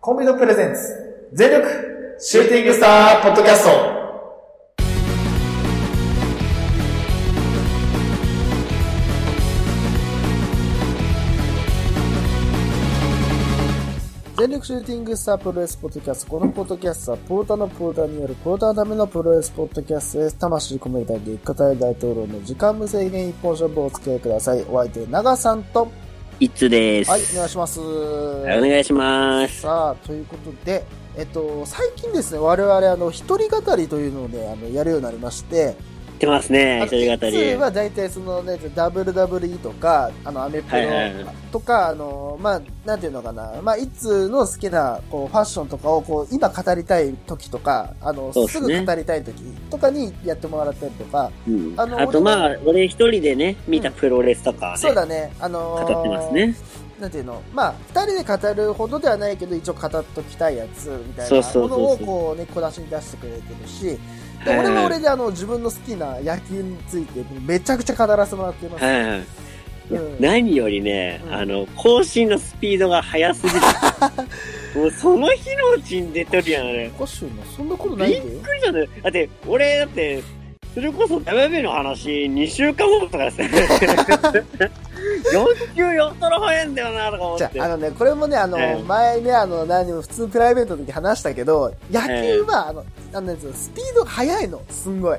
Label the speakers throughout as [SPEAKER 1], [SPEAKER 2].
[SPEAKER 1] コンビのプレゼンツ、全力シューティングスターポッドキャスト。
[SPEAKER 2] 全力シューティングスタープロレスポッドキャスト。このポッドキャストは、ポーターのポーターによるポーターのためのプロレスポッドキャストです。魂込めた激化大大統領の時間無制限一本勝負をお付き合いください。お相手、長さん と、
[SPEAKER 3] いつです。
[SPEAKER 2] はい、お願いします。
[SPEAKER 3] お願いします。
[SPEAKER 2] さあ、ということで、えっと、最近ですね、我々、あの、一人語りというのをね、あの、やるようになりまして、
[SPEAKER 3] 言ってますね、
[SPEAKER 2] あの
[SPEAKER 3] 一人語
[SPEAKER 2] いつ
[SPEAKER 3] り。
[SPEAKER 2] は大体そのね、WWE とか、あの、アメプ
[SPEAKER 3] はいはいは
[SPEAKER 2] ロとか、あの、まあ、なんていうのかな、まあ、いつの好きな、こう、ファッションとかを、こう、今語りたい時とか、あの、
[SPEAKER 3] そうですす
[SPEAKER 2] ぐ
[SPEAKER 3] ね
[SPEAKER 2] 語りたい時とかにやってもらったりとか、
[SPEAKER 3] うん
[SPEAKER 2] あの
[SPEAKER 3] あと、
[SPEAKER 2] 俺
[SPEAKER 3] まあ、俺一人でね、見たプロレスとかね
[SPEAKER 2] そうだね、あのー
[SPEAKER 3] 語ってますね。
[SPEAKER 2] なんていうの、まあ、二人で語るほどではないけど、一応語っときたいやつみたい
[SPEAKER 3] そう
[SPEAKER 2] な
[SPEAKER 3] そ
[SPEAKER 2] も
[SPEAKER 3] うそうそう
[SPEAKER 2] のを、こうね、小出しに出してくれてるし、で
[SPEAKER 3] はい
[SPEAKER 2] 俺も俺であの自分の好きな野球についてめちゃくちゃ語らせてもらってます。
[SPEAKER 3] はいはい。
[SPEAKER 2] うん
[SPEAKER 3] 何よりね、
[SPEAKER 2] うん
[SPEAKER 3] あの、更新のスピードが速 すぎる。もうその日のうちに出とるやん、あれ。びっ
[SPEAKER 2] おかしいな、そんなことないんだよ。
[SPEAKER 3] くりしたね。だって、俺、だって、それこそ WB の話、2週間後とか ですね。4球4トロ早いんだよな、とか思
[SPEAKER 2] じ
[SPEAKER 3] っ
[SPEAKER 2] ゃ
[SPEAKER 3] て
[SPEAKER 2] あ、あ。のね、これもね、あの、
[SPEAKER 3] ええ
[SPEAKER 2] 前ね、あの、何も普通プライベートの時話したけど、野
[SPEAKER 3] え
[SPEAKER 2] 球
[SPEAKER 3] え
[SPEAKER 2] は、あの、あのね、スピードが速いの、すんごい。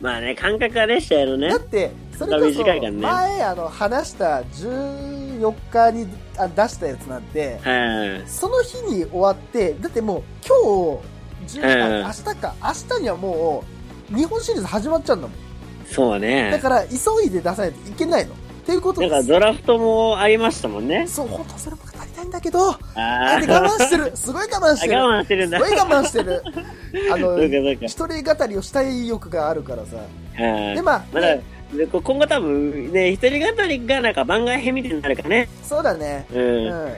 [SPEAKER 3] まあね、感覚はね、試合のね
[SPEAKER 2] だっ。て、それこそ、
[SPEAKER 3] 短いからね
[SPEAKER 2] 前、あの、話した14日にあ出したやつなんて、
[SPEAKER 3] はいはい。
[SPEAKER 2] その日に終わって、だってもう、今日、10
[SPEAKER 3] ええ
[SPEAKER 2] あ明日か、明日にはもう、日本シリーズ始まっちゃうんだもん。
[SPEAKER 3] そうね。
[SPEAKER 2] だから、急いで出さないといけないの。っていう こと
[SPEAKER 3] なんか
[SPEAKER 2] です。
[SPEAKER 3] ドラフトもありましたもんね。
[SPEAKER 2] そう、本当はそれも語りたいんだけど、
[SPEAKER 3] あ
[SPEAKER 2] あ
[SPEAKER 3] ー
[SPEAKER 2] で我慢してるすごい我慢してる
[SPEAKER 3] あ我慢してるんだ
[SPEAKER 2] すごい我慢して るあ
[SPEAKER 3] そ
[SPEAKER 2] の
[SPEAKER 3] うかそうか。
[SPEAKER 2] 一人語りをしたい欲があるからさ
[SPEAKER 3] あ
[SPEAKER 2] で
[SPEAKER 3] ー
[SPEAKER 2] まあ、
[SPEAKER 3] まだ、でこ今後多分ね、一人語りがなんか番外編みたいになるからね。
[SPEAKER 2] そうだね
[SPEAKER 3] う
[SPEAKER 2] うん
[SPEAKER 3] ん。
[SPEAKER 2] うん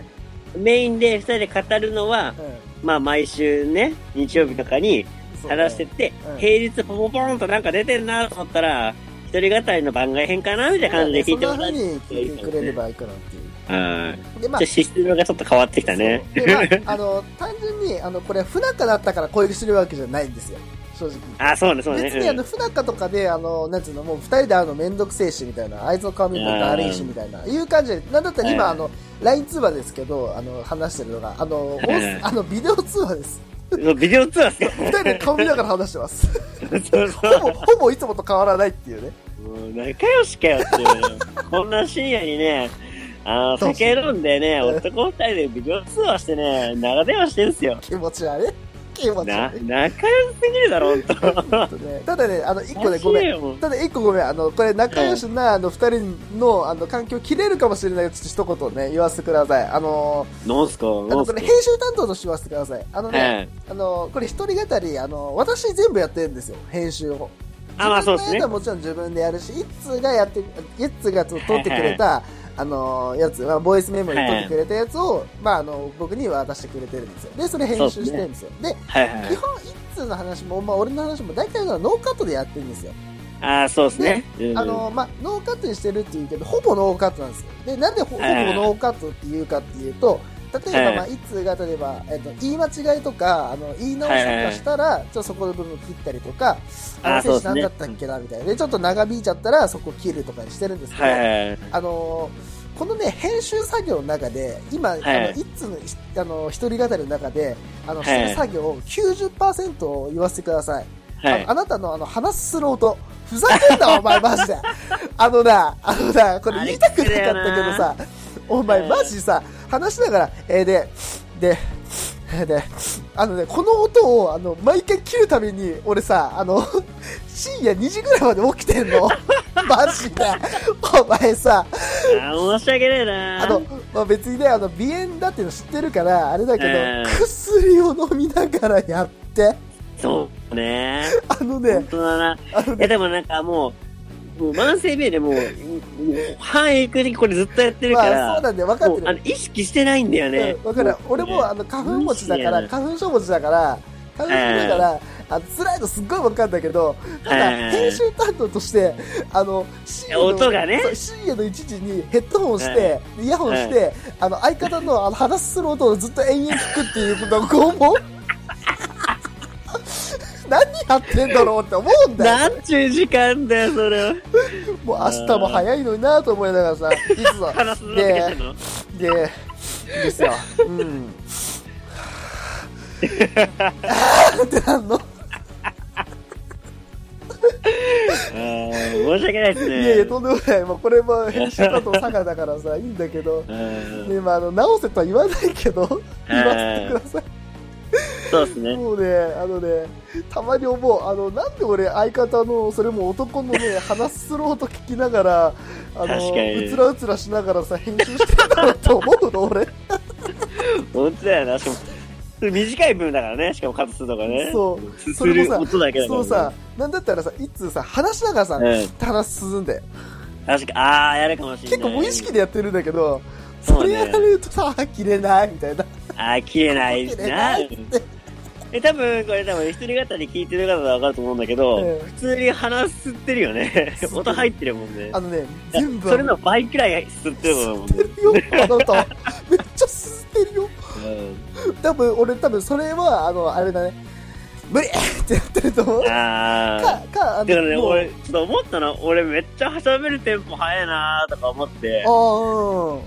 [SPEAKER 3] メインで二人で語るのは、まあ毎週ね、日曜日とかに
[SPEAKER 2] そうね
[SPEAKER 3] 話してって、
[SPEAKER 2] うん
[SPEAKER 3] 平日ポポポンとなんか出てるなと思ったら、一人語りの番外編かなみたいな感じで聞いても
[SPEAKER 2] そ
[SPEAKER 3] ら
[SPEAKER 2] ん
[SPEAKER 3] っ
[SPEAKER 2] な。
[SPEAKER 3] て
[SPEAKER 2] 風に聞いてくれればいいかなっていう
[SPEAKER 3] うん。
[SPEAKER 2] でまあ
[SPEAKER 3] じゃあ資質のがちょっと変わってきたね。
[SPEAKER 2] そうでまあ、あの単純にあのこれ不仲だったから攻撃してるわけじゃないんですよ正直
[SPEAKER 3] あ、そうね、そうね。
[SPEAKER 2] 別にあ
[SPEAKER 3] う
[SPEAKER 2] の
[SPEAKER 3] ん
[SPEAKER 2] 不仲とかであのなんつうのもう二人で会うのめんどくせえしみたいなあいつの顔見るの悪いしみたいないう感じでなんだったら今
[SPEAKER 3] うん
[SPEAKER 2] あの LINE 通話ですけどあの話してるのがあの音声
[SPEAKER 3] うん
[SPEAKER 2] あのビデオ通話です
[SPEAKER 3] そうビデオツアーっすか
[SPEAKER 2] 二人で顔見ながら話してます
[SPEAKER 3] そうそう。
[SPEAKER 2] ほぼほぼいつもと変わらないっていうね
[SPEAKER 3] もう仲良しかよっていう。こんな深夜にね、 あの、
[SPEAKER 2] どうする
[SPEAKER 3] 酒飲んでね、男二人でビデオ通話してね、長電話してんすよ。
[SPEAKER 2] 気持ち悪い気持ち
[SPEAKER 3] な、
[SPEAKER 2] 悪い
[SPEAKER 3] 仲良すぎるだろ、ほんと。
[SPEAKER 2] 本当ねただねあの一個ね
[SPEAKER 3] おかしい
[SPEAKER 2] ごめん
[SPEAKER 3] よもう
[SPEAKER 2] ただ一個ごめんあのこれ仲良しなあの二人のあの環境切れるかもしれないけどちょっと一言ね言わせてくださいあの
[SPEAKER 3] なんすか、
[SPEAKER 2] あ
[SPEAKER 3] な
[SPEAKER 2] の
[SPEAKER 3] んす
[SPEAKER 2] これ
[SPEAKER 3] か。
[SPEAKER 2] 編集担当として言わせてくださいあのね、
[SPEAKER 3] はい。
[SPEAKER 2] あの、これ一人語り、あの、私全部やってるんですよ、編集を。
[SPEAKER 3] あ、まあそうです
[SPEAKER 2] 自分のやつ
[SPEAKER 3] ね
[SPEAKER 2] は。もちろん自分でやるし、いつがやって、いつが撮ってくれ た、あの、やつ、まあ、ボイスメモに撮ってくれたやつを、まあ、あの、僕に渡してくれてるんですよ。で、それ編集してるんですよ。で、
[SPEAKER 3] はいは
[SPEAKER 2] 基
[SPEAKER 3] い。
[SPEAKER 2] 本、いつの話も、まあ、俺の話も、大体はノーカットでやってるんですよ。
[SPEAKER 3] あ、そうですね。うん
[SPEAKER 2] あの、まあ、ノーカットにしてるっていうけど、ほぼノーカットなんですよ。で、なんでほほぼ
[SPEAKER 3] はい
[SPEAKER 2] ノーカットっていうかっていうと、例え
[SPEAKER 3] は
[SPEAKER 2] ば、
[SPEAKER 3] い
[SPEAKER 2] まあ、いつが、例えば、えっと、言い間違いとか、あの、言い直しとかしたら、ちょっとそこの部分切ったりとか、あの
[SPEAKER 3] あそ
[SPEAKER 2] 選手
[SPEAKER 3] うですね
[SPEAKER 2] 何だったっけな、みたいな。で、ちょっと長引いちゃったら、そこ切るとかにしてるんですけど、
[SPEAKER 3] はいはい。
[SPEAKER 2] あのーこのね、編集作業の中で、今、
[SPEAKER 3] い
[SPEAKER 2] あの、いつの、ひあの、一人語りの中で、あの、
[SPEAKER 3] はい
[SPEAKER 2] してる作業を90%を言わせてください。
[SPEAKER 3] は
[SPEAKER 2] あ
[SPEAKER 3] い
[SPEAKER 2] の。あなたのあの話すスローと、ふざけん な、お前、マジで。あのな、あのな、これ言いたくなかったけどさ、お前、マジさ、話しながら、えー、で、で、えーで、あのね、この音を、あの、毎回切るために、俺さ、あの、深夜2時ぐらいまで起きてん の。マジで。お前さ、
[SPEAKER 3] あー申し訳ねえな
[SPEAKER 2] あの、まあ、別にね、あの、鼻炎だっていうの知ってるから、あれだけど、
[SPEAKER 3] えー
[SPEAKER 2] 薬を飲みながらやって、
[SPEAKER 3] そうね。
[SPEAKER 2] あの
[SPEAKER 3] 本
[SPEAKER 2] ね、
[SPEAKER 3] 当だな。
[SPEAKER 2] あの
[SPEAKER 3] い
[SPEAKER 2] ね
[SPEAKER 3] や、でもなんかもう、もう慢性病でもう、もう半永久的にこれずっとやってるから。
[SPEAKER 2] まあ、そうなんだよ、分かっ
[SPEAKER 3] も
[SPEAKER 2] て
[SPEAKER 3] う
[SPEAKER 2] る
[SPEAKER 3] あ。の意識してないんだよね。
[SPEAKER 2] うんわかる
[SPEAKER 3] もう
[SPEAKER 2] 俺もあの花粉持ちだか
[SPEAKER 3] う
[SPEAKER 2] ら
[SPEAKER 3] ん
[SPEAKER 2] 花粉症持ちだから花粉症だから、あの辛いのすっごいわかるんだけど、ただ
[SPEAKER 3] はい
[SPEAKER 2] 編集担当として、あの、深夜の
[SPEAKER 3] 音がね
[SPEAKER 2] そう深夜の1時にヘッドホンして、イヤホンして、あの、相方のあの話する音をずっと延々聞くっていうのを拷問 何やってんだろうって思うんだよ。
[SPEAKER 3] なんちゅう時間だよ、それは。
[SPEAKER 2] もう明日も早いのになと思いながらさ、いつぞ。
[SPEAKER 3] 話すのだけしてんの
[SPEAKER 2] で、ですよ。うん。ってなんの
[SPEAKER 3] あー申し訳ないです
[SPEAKER 2] い
[SPEAKER 3] ね。
[SPEAKER 2] やいや、とんでもない。まあ、これも編集担当佐賀だからさ、いいんだけど。
[SPEAKER 3] うん
[SPEAKER 2] ね、まあ、あの、直せとは言わないけ ど、言わせてくださ
[SPEAKER 3] そうです
[SPEAKER 2] い。
[SPEAKER 3] ね。
[SPEAKER 2] もうね、あのね、たまに思う。あの、なんで俺、相方の、それも男のね、話する音聞きながら、あ
[SPEAKER 3] 確かに
[SPEAKER 2] の、うつらうつらしながらさ、編集してんだろうと思うの、俺。
[SPEAKER 3] 本当だよな。しかも短い分だからね。しかもカットするとかね。
[SPEAKER 2] そう。
[SPEAKER 3] する音だけだから、
[SPEAKER 2] そ
[SPEAKER 3] ね。
[SPEAKER 2] うさ、なんだったらさ、いつさ、話しながらさ、
[SPEAKER 3] うん
[SPEAKER 2] 話すんだよ。
[SPEAKER 3] 確かああ、やるかもしれな
[SPEAKER 2] 結
[SPEAKER 3] い。
[SPEAKER 2] 構無意識でやってるんだけど、
[SPEAKER 3] そ
[SPEAKER 2] そうれ
[SPEAKER 3] ね
[SPEAKER 2] やられるとさ、切れないみたいな。
[SPEAKER 3] あー消えない
[SPEAKER 2] 切れ
[SPEAKER 3] な
[SPEAKER 2] ないって。
[SPEAKER 3] え多分これ多分一人語り聞いてる方は分かると思うんだけど、
[SPEAKER 2] うん
[SPEAKER 3] 普通に鼻吸ってるよね
[SPEAKER 2] 吸ってる
[SPEAKER 3] 音入ってるもんね
[SPEAKER 2] あのね、全部。
[SPEAKER 3] それの倍くらい吸ってるもんだもんね
[SPEAKER 2] 吸ってるよ、あなた。めっちゃ吸ってるよ。多分、俺多分それは、あの、あれだね。無理ってやってると思う
[SPEAKER 3] うん。あ
[SPEAKER 2] か、か、あ
[SPEAKER 3] あだからね
[SPEAKER 2] もう
[SPEAKER 3] 俺ちょっと思ったの俺めっちゃはしゃべるテンポ早いなーとか思って
[SPEAKER 2] ああ、うん。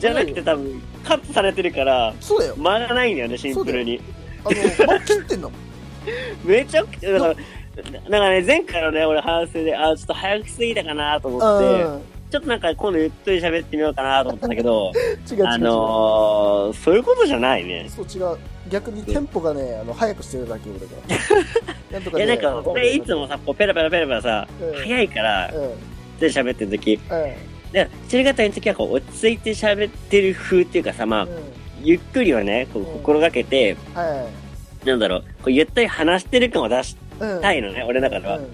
[SPEAKER 3] じゃなくて多分カットされてるから
[SPEAKER 2] そうだよ。
[SPEAKER 3] 間がないんだよねシンプルに
[SPEAKER 2] あの、もう切ってん の。
[SPEAKER 3] めちゃくちゃだからなんかね前回のね俺反省であーちょっと早くすぎたかなと思って
[SPEAKER 2] うん。
[SPEAKER 3] ちょっとなんか今度ゆっくり喋ってみようかなと思ったんだけど
[SPEAKER 2] 違う違う違う。
[SPEAKER 3] あのー、そういうことじゃないね。
[SPEAKER 2] そう違う逆にテンポがね、あの早くしてるだけ俺だから。なんと
[SPEAKER 3] いや、なんか、俺いつも
[SPEAKER 2] さ、
[SPEAKER 3] さ、こう、ペラペラペラペラさ、
[SPEAKER 2] うん
[SPEAKER 3] 早いから
[SPEAKER 2] う、ん、うん、
[SPEAKER 3] で喋ってる時で、一人語りの時は、こう、落ち着いて喋ってる風っていうかさ、まあ、
[SPEAKER 2] う
[SPEAKER 3] ゆっくりはね、こう、
[SPEAKER 2] うん
[SPEAKER 3] 心がけて、
[SPEAKER 2] ん、は
[SPEAKER 3] なんだろう、こう、ゆったり話してる感を出し
[SPEAKER 2] い、うん、
[SPEAKER 3] たいのね、俺の中では
[SPEAKER 2] う。ん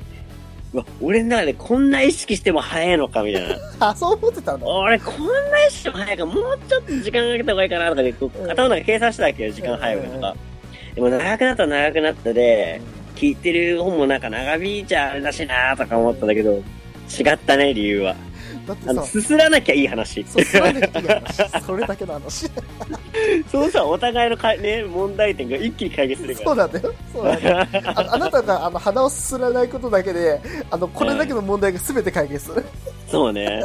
[SPEAKER 3] うわ、俺の中でこんな意識しても早いのか、みたいな。
[SPEAKER 2] あ、そう思ってたんだ。
[SPEAKER 3] 俺、こんな意識しても早いから、もうちょっと時間かけた方がいいかな、とかで、こ
[SPEAKER 2] う
[SPEAKER 3] う、
[SPEAKER 2] ん
[SPEAKER 3] 頭の中で計算してたわけよ、時間早くとか。でも、長くなったら長くなったで、聞いてる本もなんか長引いちゃあれだしなーとか思ったんだけど、違ったね、理由は。
[SPEAKER 2] だって
[SPEAKER 3] あの、
[SPEAKER 2] さ、
[SPEAKER 3] すすらなきゃいい話。
[SPEAKER 2] そうすらないっていう話、それだけの話。
[SPEAKER 3] そうさ、お互いのか、ね、問題点が一気に解決する
[SPEAKER 2] そ
[SPEAKER 3] か
[SPEAKER 2] うなんだよ。そうなんだよ。あのあなたがあの鼻をすすらないことだけで、あのこれだけの問題が全て解決する。
[SPEAKER 3] ら。そ うね。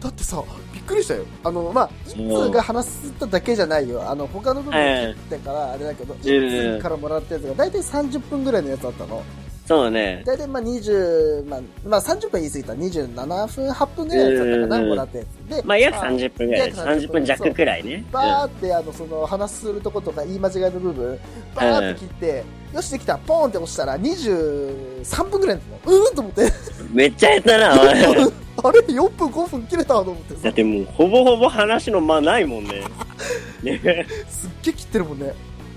[SPEAKER 2] だってさ、びっくりしたよ。あの、まあ、いつが話しただけじゃないよ。あの、他の部分を切ってから、あれだけど、いつからもらったやつが、大体30分ぐらいのやつだったの。
[SPEAKER 3] そうね。
[SPEAKER 2] 大体まあ20、まあ、まあ30分言い過ぎたら27分、8分ぐらいだったか
[SPEAKER 3] う
[SPEAKER 2] な、
[SPEAKER 3] ん
[SPEAKER 2] もらったやつ。で、
[SPEAKER 3] まあ、約30分ぐらいです。
[SPEAKER 2] 約30
[SPEAKER 3] 30分弱くらいね。
[SPEAKER 2] バーってあの、その、話するとことか言い間違いの部分、バーって切って、よしできた、ポーンって押したら23分ぐらいだったの。うーんと思って、
[SPEAKER 3] うんめっちゃやったな、おい
[SPEAKER 2] あれ ?4 分、5分切れたと思って
[SPEAKER 3] だ
[SPEAKER 2] さ
[SPEAKER 3] っ、てもう、ほぼほぼ話の間ないもんね。ね。
[SPEAKER 2] すっげえ切ってるもんね。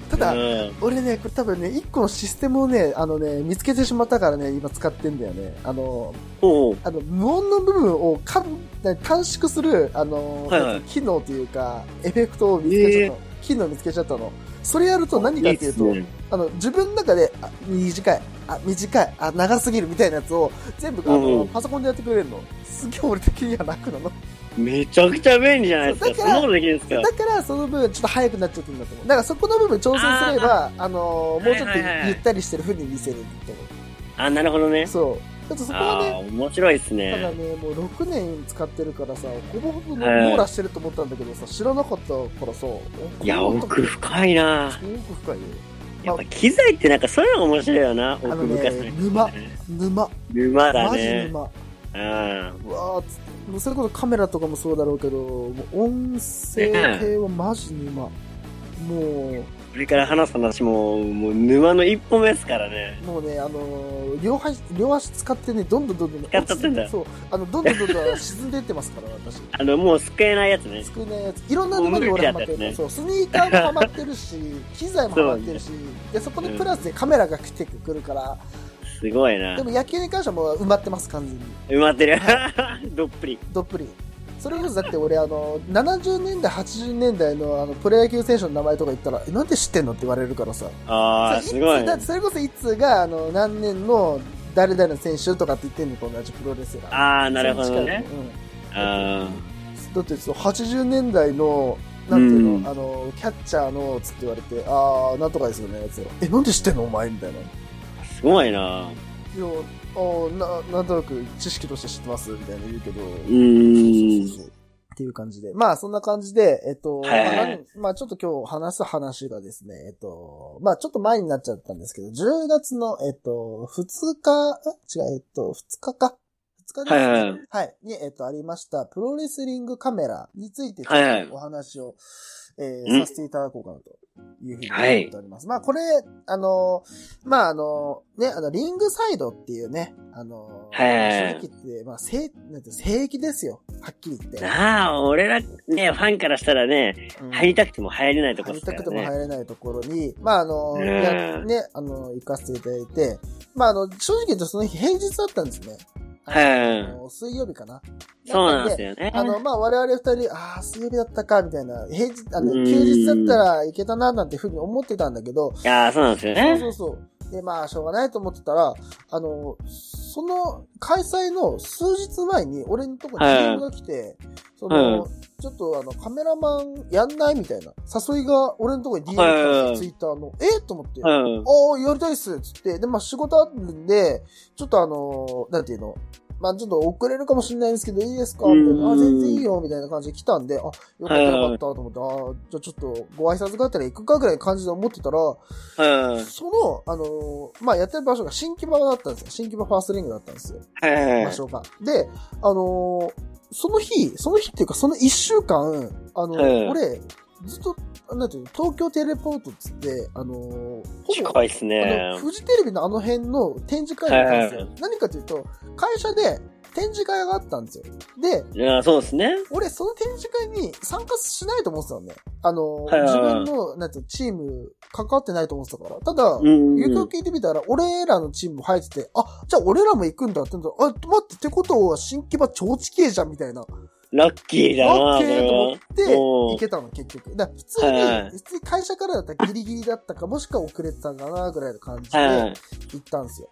[SPEAKER 2] た
[SPEAKER 3] う
[SPEAKER 2] だ、
[SPEAKER 3] ん。
[SPEAKER 2] 俺ね、これ多分ね、1個のシステムをね、あのね、見つけてしまったからね、今使ってんだよね。あの、
[SPEAKER 3] ほう
[SPEAKER 2] あの無音の部分をかん短縮する、あの
[SPEAKER 3] はいはい
[SPEAKER 2] 機能というか、エフェクトを見つけちゃったの。機能を見つけちゃったの。それやると何かっていうと、
[SPEAKER 3] いいっすね
[SPEAKER 2] あの自分の中で、あ短い、あ、短い、あ、長すぎるみたいなやつを全部あの、
[SPEAKER 3] うんうん
[SPEAKER 2] パソコンでやってくれるの。すげえ俺的には楽なの。
[SPEAKER 3] めちゃくちゃ便利じゃないです
[SPEAKER 2] そ
[SPEAKER 3] か。そ
[SPEAKER 2] うんだから
[SPEAKER 3] なことできるんですか
[SPEAKER 2] だ。からその分ちょっと早くなっちゃってるんだと思う。だからそこの部分調整すれば、あの、もうちょっと
[SPEAKER 3] はいはいはい
[SPEAKER 2] ゆったりしてる風に見せると思
[SPEAKER 3] あ、なるほどね
[SPEAKER 2] う。。そう。ちょっとそこは
[SPEAKER 3] あ
[SPEAKER 2] ね
[SPEAKER 3] あ、、面白いです
[SPEAKER 2] ただ
[SPEAKER 3] ね。
[SPEAKER 2] ね、もう6年使ってるからさ、ほぼほぼ
[SPEAKER 3] はい
[SPEAKER 2] 網羅してると思ったんだけどさ、知らなかったからさ、
[SPEAKER 3] いや、奥
[SPEAKER 2] す
[SPEAKER 3] 深いな
[SPEAKER 2] ごく深いよ。
[SPEAKER 3] やっぱ機材ってなんかそういうのが面白いよな、奥
[SPEAKER 2] あの
[SPEAKER 3] 深さ
[SPEAKER 2] ね
[SPEAKER 3] ね、。
[SPEAKER 2] 沼、沼、
[SPEAKER 3] 沼だ
[SPEAKER 2] マジ
[SPEAKER 3] ね。
[SPEAKER 2] 沼。
[SPEAKER 3] うん。
[SPEAKER 2] うわーっつって、もうそれこそカメラとかもそうだろうけど、もう音声系はマジ沼。も
[SPEAKER 3] これから話す話も、もう沼の一歩目ですからね
[SPEAKER 2] う、。もうね、あのー両足、両足使ってね、どんどんどんどん、
[SPEAKER 3] 使っちゃってんだ
[SPEAKER 2] そう、あの、どんどんどんどん沈んでいってますから、私。
[SPEAKER 3] あの、もう救えないやつね。
[SPEAKER 2] 少ないやついろんなものに俺ハマってる、
[SPEAKER 3] もう無理だよね
[SPEAKER 2] そうスニーカーもハマってる し機材もハマってるしそ,、でそこにプラスでカメラが来てくるから、
[SPEAKER 3] すごいな
[SPEAKER 2] で。も野球に関してはもう埋まってます完全に
[SPEAKER 3] 埋まってる。どっぷり。
[SPEAKER 2] どっぷりそれこそだって俺、あの、70年代、80年代のあのプロ野球選手の名前とか言ったら、え、なんで知ってんのって言われるからさ。
[SPEAKER 3] ああ、
[SPEAKER 2] そ
[SPEAKER 3] す
[SPEAKER 2] れ
[SPEAKER 3] ごい
[SPEAKER 2] 一通。だってそれこそ一通が、あの、何年の誰々の選手とかって言ってんのと同じプロレスラー。
[SPEAKER 3] ああ、なるほどね。
[SPEAKER 2] うん
[SPEAKER 3] あ
[SPEAKER 2] だってその80年代の、なんていうの、
[SPEAKER 3] うん
[SPEAKER 2] あの、キャッチャーの、つって言われて、あー、なんとかですよね、つってえ、なんで知ってんのお前みたいな。い
[SPEAKER 3] あ、すごいな。
[SPEAKER 2] や、あーな、なんとなく知識として知ってます、みたいな言うけど。
[SPEAKER 3] うーん。
[SPEAKER 2] っていう感じで。まあ、そんな感じで、えっと、
[SPEAKER 3] はいはい
[SPEAKER 2] まあ何まあ、ちょっと今日話す話がですね、えっと、まあ、ちょっと前になっちゃったんですけど、10月の、えっと、2日、え違う、えっと、2日か ?2 日ですね。
[SPEAKER 3] はいはいはい
[SPEAKER 2] に、えっと、ありました、プロレスリングカメラについて、ちょ
[SPEAKER 3] はいはい
[SPEAKER 2] っとお話を、え
[SPEAKER 3] う
[SPEAKER 2] ー、
[SPEAKER 3] ん
[SPEAKER 2] させていただこうかなと。いうふうに思
[SPEAKER 3] はい
[SPEAKER 2] っております。まあ、これ、あの、まあ、あの、ね、あの、リングサイドっていうね、あの、
[SPEAKER 3] は
[SPEAKER 2] 正直
[SPEAKER 3] い
[SPEAKER 2] 言って、まあ、正、なんて、正義ですよ。はっきり言って。
[SPEAKER 3] なあ、俺ら、ね、ファンからしたらね、
[SPEAKER 2] うん
[SPEAKER 3] 入りたくても入れないとこ
[SPEAKER 2] 入
[SPEAKER 3] っ
[SPEAKER 2] り
[SPEAKER 3] すか
[SPEAKER 2] たく
[SPEAKER 3] ら
[SPEAKER 2] ても
[SPEAKER 3] ね。
[SPEAKER 2] 入れないところに、まああの、
[SPEAKER 3] ねえ
[SPEAKER 2] やね、あの、行かせていただいて、まああの、正直言うとその日平日だったんですね。
[SPEAKER 3] はい
[SPEAKER 2] あの水曜日かな。
[SPEAKER 3] そうなんです
[SPEAKER 2] よ。
[SPEAKER 3] よね。
[SPEAKER 2] あの、まあ我々二人、ああ、水曜日だったか、みたいな、平日、あの、
[SPEAKER 3] うん
[SPEAKER 2] 休日だったらいけたな、なんてふうに思ってたんだけど、
[SPEAKER 3] いやーそうなんですよ
[SPEAKER 2] そう
[SPEAKER 3] ね
[SPEAKER 2] そ。うそう。で、まあ、しょうがないと思ってたら、あの、その、開催の数日前に、俺のとこに
[SPEAKER 3] はい
[SPEAKER 2] DM が来て、その、
[SPEAKER 3] は
[SPEAKER 2] ちょっとあの、カメラマンやんないみたいな、誘いが俺のとこに DM が
[SPEAKER 3] はい
[SPEAKER 2] 来
[SPEAKER 3] は
[SPEAKER 2] た
[SPEAKER 3] い
[SPEAKER 2] んですよ、ツイッターの。えっと思って。あ
[SPEAKER 3] うん。
[SPEAKER 2] あ、やりたいっすっつって。で、まあ、仕事あるんで、ちょっとあの、なんていうの、まあ、ちょっと遅れるかもしれないんですけど、いいですかみたいな。あ、
[SPEAKER 3] うん
[SPEAKER 2] 全然いいよ、みたいな感じで来たんで、あ、よかったよかったと思って、あ、じゃあちょっとご挨拶があったら行くかぐらいの感じで思ってたら、
[SPEAKER 3] うん。
[SPEAKER 2] その、あのーまあ、やってる場所が新木場だったんですよ。新木場ファーストリングだったんですよ。
[SPEAKER 3] はいは
[SPEAKER 2] 場所が。で、あのーその日、その日っていうか、その一週間、あのー
[SPEAKER 3] はい
[SPEAKER 2] 俺、ずっと、なんていうの、東京テレポートっつって、あのー
[SPEAKER 3] い。
[SPEAKER 2] ほぼ、
[SPEAKER 3] 近いっすね
[SPEAKER 2] あの、。フジテレビのあの辺の展示会だったんですよ。
[SPEAKER 3] はい
[SPEAKER 2] 何かというと、会社で展示会があったんですよ。で、
[SPEAKER 3] いやーそうですね。
[SPEAKER 2] 俺、その展示会に参加しないと思ってたのね。あのー、
[SPEAKER 3] はいはい
[SPEAKER 2] 自
[SPEAKER 3] はい
[SPEAKER 2] 分の、なんていうの、チーム、関わってないと思ってたから。ただ、
[SPEAKER 3] うん。
[SPEAKER 2] ゆくゆく聞いてみたら、俺らのチームも入ってて、あ、じゃあ俺らも行くんだってんだ。あ、待って、ってことは新規場超地形じゃんみたいな。
[SPEAKER 3] ラッキーだな
[SPEAKER 2] オッ
[SPEAKER 3] そ
[SPEAKER 2] ケー
[SPEAKER 3] れ
[SPEAKER 2] と
[SPEAKER 3] は
[SPEAKER 2] 思って、
[SPEAKER 3] おー
[SPEAKER 2] 行けたの、結局。だから普通に、
[SPEAKER 3] はい
[SPEAKER 2] 普通に会社からだったらギリギリだったか、もしくは遅れてたかな、ぐらいの感じで、
[SPEAKER 3] は
[SPEAKER 2] 行
[SPEAKER 3] い。
[SPEAKER 2] ったんですよ。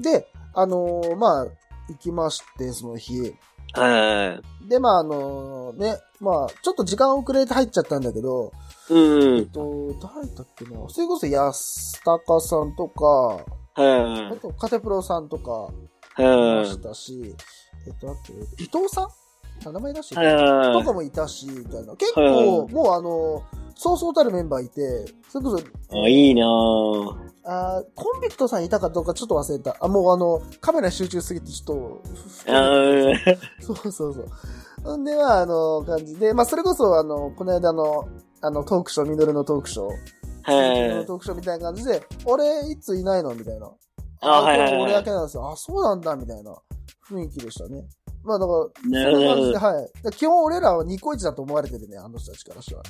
[SPEAKER 2] で、あのーまあ、行きまして、その日。
[SPEAKER 3] は
[SPEAKER 2] で、まあ、あのーね、まあ、ちょっと時間遅れて入っちゃったんだけど、
[SPEAKER 3] い。うん
[SPEAKER 2] えっ。と、誰だっけな、それこそ安高さんとか、あ
[SPEAKER 3] は
[SPEAKER 2] と、カテプロさんとか、
[SPEAKER 3] い。
[SPEAKER 2] いま
[SPEAKER 3] は
[SPEAKER 2] したし、えっと、あと、伊藤さんあ名前出して
[SPEAKER 3] い。は
[SPEAKER 2] と
[SPEAKER 3] い
[SPEAKER 2] か。もいたし、みたいな。結構、もうあの、そうそうたるメンバーいて、それこそ、
[SPEAKER 3] あいいなぁ。
[SPEAKER 2] あーコンビクトさんいたかどうかちょっと忘れた。あ、もうあの、カメラ集中すぎてちょっと、
[SPEAKER 3] あー
[SPEAKER 2] そうそうそう。んで、まあ、あの、感じで、まあ、それこそ、あの、この間の、あの、トークショー、ミドルのトークショー、ミドル
[SPEAKER 3] は
[SPEAKER 2] の
[SPEAKER 3] い。
[SPEAKER 2] トークショーみたいな感じで、俺、いついないのみたいな。
[SPEAKER 3] あはいはいはい
[SPEAKER 2] 今日俺だけなんですよ。あ、そうなんだ、みたいな雰囲気でしたね。まあだから、
[SPEAKER 3] な
[SPEAKER 2] そん
[SPEAKER 3] る
[SPEAKER 2] な
[SPEAKER 3] ほ
[SPEAKER 2] 感じで、はい。
[SPEAKER 3] ど。
[SPEAKER 2] だから基本俺らはニコイチだと思われてるね、あの人たちからしたら。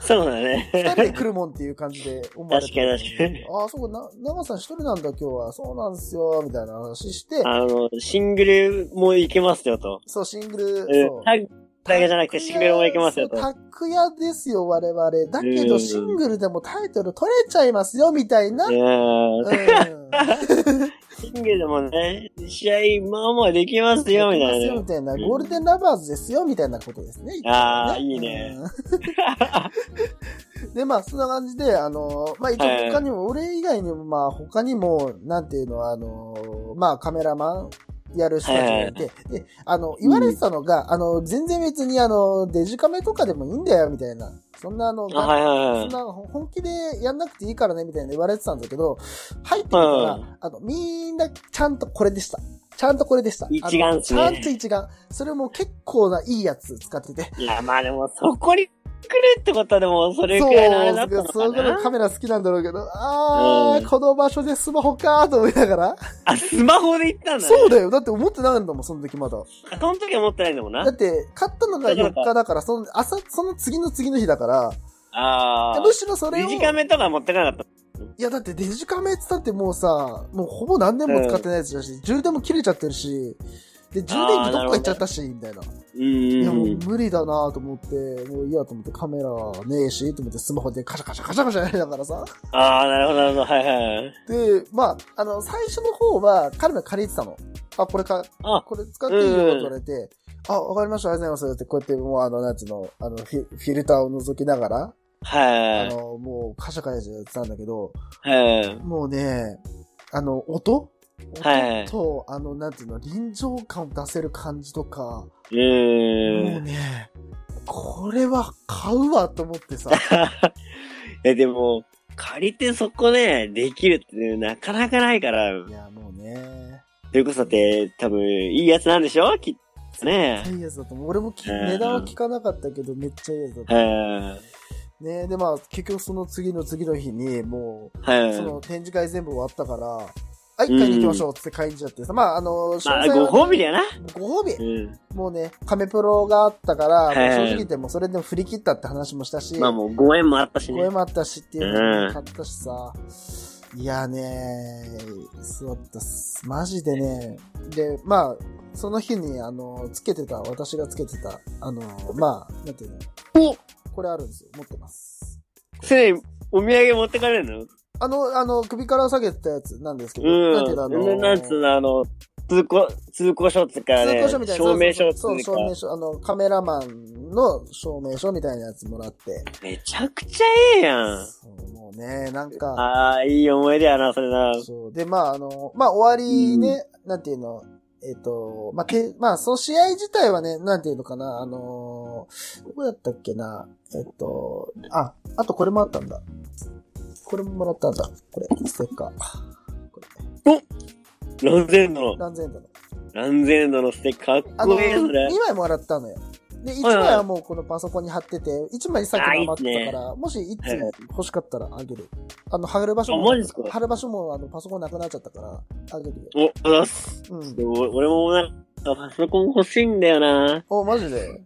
[SPEAKER 3] そうだね。
[SPEAKER 2] 二人で来るもんっていう感じで思われてる。
[SPEAKER 3] 確かに確
[SPEAKER 2] あ、そう、な、長さん一人なんだ今日は。そうなんですよ、みたいな話して、
[SPEAKER 3] あの、シングルもいけますよと。
[SPEAKER 2] そう、シングル、
[SPEAKER 3] うん
[SPEAKER 2] そう。
[SPEAKER 3] タッグだけじゃなくてシングルもいけますよ
[SPEAKER 2] そ
[SPEAKER 3] と
[SPEAKER 2] う。タック屋ですよ、我々。だけ
[SPEAKER 3] う
[SPEAKER 2] ど、
[SPEAKER 3] ん
[SPEAKER 2] シングルでもタイトル取れちゃいますよ、みたいな。
[SPEAKER 3] いやー
[SPEAKER 2] うん
[SPEAKER 3] シングルでもね、試合まあまあでき ますよ、みたいな
[SPEAKER 2] み
[SPEAKER 3] ね。
[SPEAKER 2] たいな。
[SPEAKER 3] ん
[SPEAKER 2] ゴールデンラバーズですよ、みたいなことですね。
[SPEAKER 3] あーいいね
[SPEAKER 2] うん。 で、まあ、そんな感じで、あの、まあ、一応
[SPEAKER 3] はい
[SPEAKER 2] 他にも、俺以外にも、まあ、他にも、なんていうの、あの、まあ、カメラマン、やる人たちがいて、で、あの、言われてたのが、あの、全然別に、あの、デジカメとかでもいいんだよ、みたいな。そんな、あの、
[SPEAKER 3] あはい
[SPEAKER 2] そん
[SPEAKER 3] は
[SPEAKER 2] な本気でやんなくていいからねみたいな言われてたんだけど、入ってみたら、
[SPEAKER 3] うん
[SPEAKER 2] あの、みんなちゃんとこれでした。ちゃんとこれでした。
[SPEAKER 3] 一眼っすね
[SPEAKER 2] あのちゃんと一眼。それも結構ないいやつ使ってて。
[SPEAKER 3] い。いや、まあでもそこに来るってことはでも、それ
[SPEAKER 2] そ
[SPEAKER 3] く
[SPEAKER 2] う
[SPEAKER 3] らいのあれだったの、
[SPEAKER 2] そういうこ
[SPEAKER 3] か
[SPEAKER 2] と
[SPEAKER 3] な。
[SPEAKER 2] カメラ好きなんだろうけど、あー、
[SPEAKER 3] うん
[SPEAKER 2] この場所でスマホかーと思いながら。
[SPEAKER 3] あ、スマホで行ったんだね。
[SPEAKER 2] そうだよ。だって思ってなかったもん、その時まだ。
[SPEAKER 3] あその時は持ってないんだもん
[SPEAKER 2] だっ
[SPEAKER 3] な。
[SPEAKER 2] て、買ったのが4日だから、その朝、その次の次の日だから、
[SPEAKER 3] ああ。
[SPEAKER 2] むしろそれを。
[SPEAKER 3] 短めとか持ってなかっ
[SPEAKER 2] いや、だってデジカメってだってもうさ、もうほぼ何年も使ってないやつだし、充電も切れちゃってるし、で、充電器どっか行っちゃったし、みたいな。
[SPEAKER 3] うん
[SPEAKER 2] いや
[SPEAKER 3] う。
[SPEAKER 2] もうん無理だなと思って、もういいやと思ってカメラねえし、と思ってスマホでカシャカシャカシャカシャやりながらさ。
[SPEAKER 3] ああ、なるほど、なるほど。はいはい。
[SPEAKER 2] で、まあ、あの、最初の方は彼の借りてたの。あ、これか、
[SPEAKER 3] あ
[SPEAKER 2] これ使っていいよって言われて、あ、わかりました、ありがとうございますって、こうやってもうあの、なんつうの、あのフィ、フィルターを覗きながら、あ
[SPEAKER 3] は
[SPEAKER 2] の、もうカシャカシャやってたんだけど、
[SPEAKER 3] い。はい。
[SPEAKER 2] もうね、あの、音
[SPEAKER 3] はい
[SPEAKER 2] と、あの、なんていうの、臨場感を出せる感じとか、
[SPEAKER 3] う
[SPEAKER 2] も
[SPEAKER 3] ー。
[SPEAKER 2] うんね、これは買うわと思って さ、
[SPEAKER 3] え、でも、借りてそこね、できるってなかなかないから、
[SPEAKER 2] いや、もうね、
[SPEAKER 3] それこそだって、多分、いいやつなんでしょきっとね。
[SPEAKER 2] いいやつだと思う。俺もき
[SPEAKER 3] うん
[SPEAKER 2] 値段は聞かなかったけど、めっちゃいいやつだった。
[SPEAKER 3] はい。
[SPEAKER 2] ね、で、まあ、結局その次の次の日に、もう、その
[SPEAKER 3] は
[SPEAKER 2] 展示会全部終わったから、はい、買いに行きましょうっつって買いに行っちゃってさ、まあ、あの、詳
[SPEAKER 3] い。まあ、
[SPEAKER 2] 細は
[SPEAKER 3] ご褒美だよな。
[SPEAKER 2] ご褒美
[SPEAKER 3] うん。
[SPEAKER 2] もうね、カメプロがあったから、
[SPEAKER 3] いはい
[SPEAKER 2] もう正直言ってもうそれでも振り切ったって話もしたし、
[SPEAKER 3] まあもう、ご縁もあったし
[SPEAKER 2] 声
[SPEAKER 3] ね。
[SPEAKER 2] もあったしっていうのも買ったしさ、いやね、そうだったっす。マジでね、で、まあ、その日に、あの、つけてた、私がつけてた、あの、まあ、なんていうの、
[SPEAKER 3] お
[SPEAKER 2] これあるんですよ。持ってます。
[SPEAKER 3] それ、お土産持ってかれるの
[SPEAKER 2] あの、あの、首から下げてたやつなんですけど、なんていうの、あ
[SPEAKER 3] う
[SPEAKER 2] の、
[SPEAKER 3] ん。なんつうの、あの、通行、通行証っつうかね、
[SPEAKER 2] 通行証みたいな
[SPEAKER 3] 証明書っつ
[SPEAKER 2] そうう、
[SPEAKER 3] か
[SPEAKER 2] 証、明書、あの、カメラマンの証明書みたいなやつもらって、
[SPEAKER 3] めちゃくちゃええやん。
[SPEAKER 2] そうもうね、なんか、
[SPEAKER 3] ああ、いい思い出やな、それな。
[SPEAKER 2] そう。で、まあ、あの、まあ、終わりね、なんていうの、えっ、と、まあ、て、まあ、その試合自体はね、なんていうのかな、あのーどこだったっけな、えっ、と、あ、あとこれもあったんだ。これももらったんだ。これ、ステッカー。これ、
[SPEAKER 3] ランゼンドの、
[SPEAKER 2] ランゼンドの。
[SPEAKER 3] ランゼンドのステッカーか
[SPEAKER 2] あ
[SPEAKER 3] っ
[SPEAKER 2] の、
[SPEAKER 3] こええ、そ
[SPEAKER 2] 2
[SPEAKER 3] れ。
[SPEAKER 2] 枚もらったのよ。で、1
[SPEAKER 3] は
[SPEAKER 2] 枚
[SPEAKER 3] いはい
[SPEAKER 2] はもうこのパソコンに貼ってて、1枚さっきの余ってたから、もし1
[SPEAKER 3] はいは
[SPEAKER 2] つ欲しかったらあげる。あの、貼る場所
[SPEAKER 3] あ
[SPEAKER 2] も
[SPEAKER 3] マジっすか、
[SPEAKER 2] 貼る場所もあの、パソコンなくなっちゃったから、あげるよ。
[SPEAKER 3] お、あざっす。
[SPEAKER 2] うん
[SPEAKER 3] で。も俺もなんか、パソコン欲しいんだよな。
[SPEAKER 2] お、マジで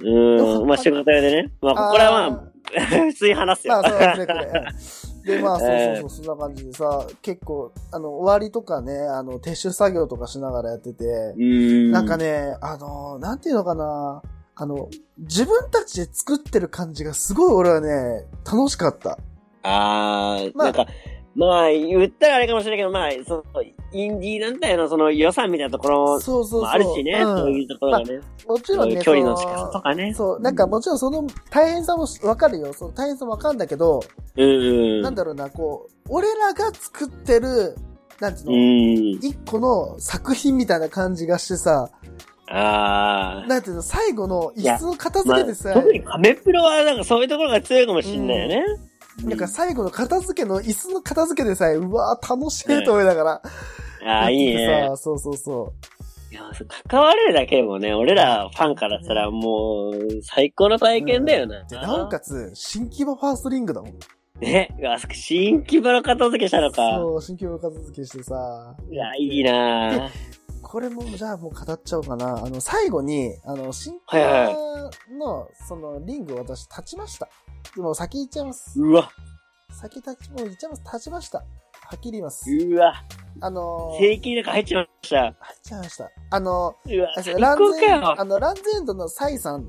[SPEAKER 3] うーん。まあ、仕事用でね。まあ、これはま
[SPEAKER 2] あ
[SPEAKER 3] あ、普通に話す
[SPEAKER 2] ー
[SPEAKER 3] よ。
[SPEAKER 2] まあ、そうくれくれ。 で、まあ、そう
[SPEAKER 3] えー
[SPEAKER 2] そうそう、そんな感じでさ、結構、あの、終わりとかね、あの、撤収作業とかしながらやってて
[SPEAKER 3] う、ーん。
[SPEAKER 2] なんかね、あの、なんていうのかな、あの、自分たちで作ってる感じがすごい俺はね、楽しかった。
[SPEAKER 3] ああ、
[SPEAKER 2] まあ
[SPEAKER 3] なんか、まあ、言ったらあれかもしれないけど、まあ、その、インディー団体のその予算みたいなところ
[SPEAKER 2] そうそうそう。
[SPEAKER 3] もあるしね、
[SPEAKER 2] うん
[SPEAKER 3] そういうところがね、
[SPEAKER 2] もちろ
[SPEAKER 3] そ
[SPEAKER 2] ん
[SPEAKER 3] うい
[SPEAKER 2] ね、
[SPEAKER 3] う距離の近さとかね。
[SPEAKER 2] そう、なんかもちろんその大変さもわかるよ。その大変さもわかるんだけど、
[SPEAKER 3] うん。
[SPEAKER 2] なんだろうな、こう、俺らが作ってる、なんていうの、
[SPEAKER 3] うん。
[SPEAKER 2] 一個の作品みたいな感じがしてさ、
[SPEAKER 3] ああ。
[SPEAKER 2] なんていうの、最後の椅子の片付
[SPEAKER 3] まあ
[SPEAKER 2] けでさ、
[SPEAKER 3] 特にカメプロはなんかそういうところが強いかもしんないよね。
[SPEAKER 2] なんか最後の片付けの椅子の片付けでさえ、うわー楽しいと思いながら、
[SPEAKER 3] ああ、い
[SPEAKER 2] や
[SPEAKER 3] い
[SPEAKER 2] ってて
[SPEAKER 3] ね
[SPEAKER 2] さ。そうそうそ
[SPEAKER 3] いやそう関われるだけでもね、俺らファンからしたらもう最高の体験だよな。
[SPEAKER 2] う。で、なおかつ、新規模ファーストリングだもん。
[SPEAKER 3] ね、うわ新規場の片付けしたのか。
[SPEAKER 2] そう、新規模片付けしてさ。
[SPEAKER 3] いや、いいなぁ。
[SPEAKER 2] これも、じゃあもう語っちゃおうかな。あの、最後に、あの、新規
[SPEAKER 3] はいはい
[SPEAKER 2] の、その、リングを私立ちました。でも先行っちゃいます。
[SPEAKER 3] うわ、
[SPEAKER 2] 先立ち、もう行っちゃいます。立ちました。はっきり言います。
[SPEAKER 3] うわ、
[SPEAKER 2] あのー、
[SPEAKER 3] 正規なんか入っちまいました。
[SPEAKER 2] 入っちゃいました。あの、
[SPEAKER 3] うわ、
[SPEAKER 2] あ
[SPEAKER 3] 最
[SPEAKER 2] そう
[SPEAKER 3] 高
[SPEAKER 2] ラン
[SPEAKER 3] か
[SPEAKER 2] ゼンあ
[SPEAKER 3] よ。
[SPEAKER 2] の、ランゼンドのサイさん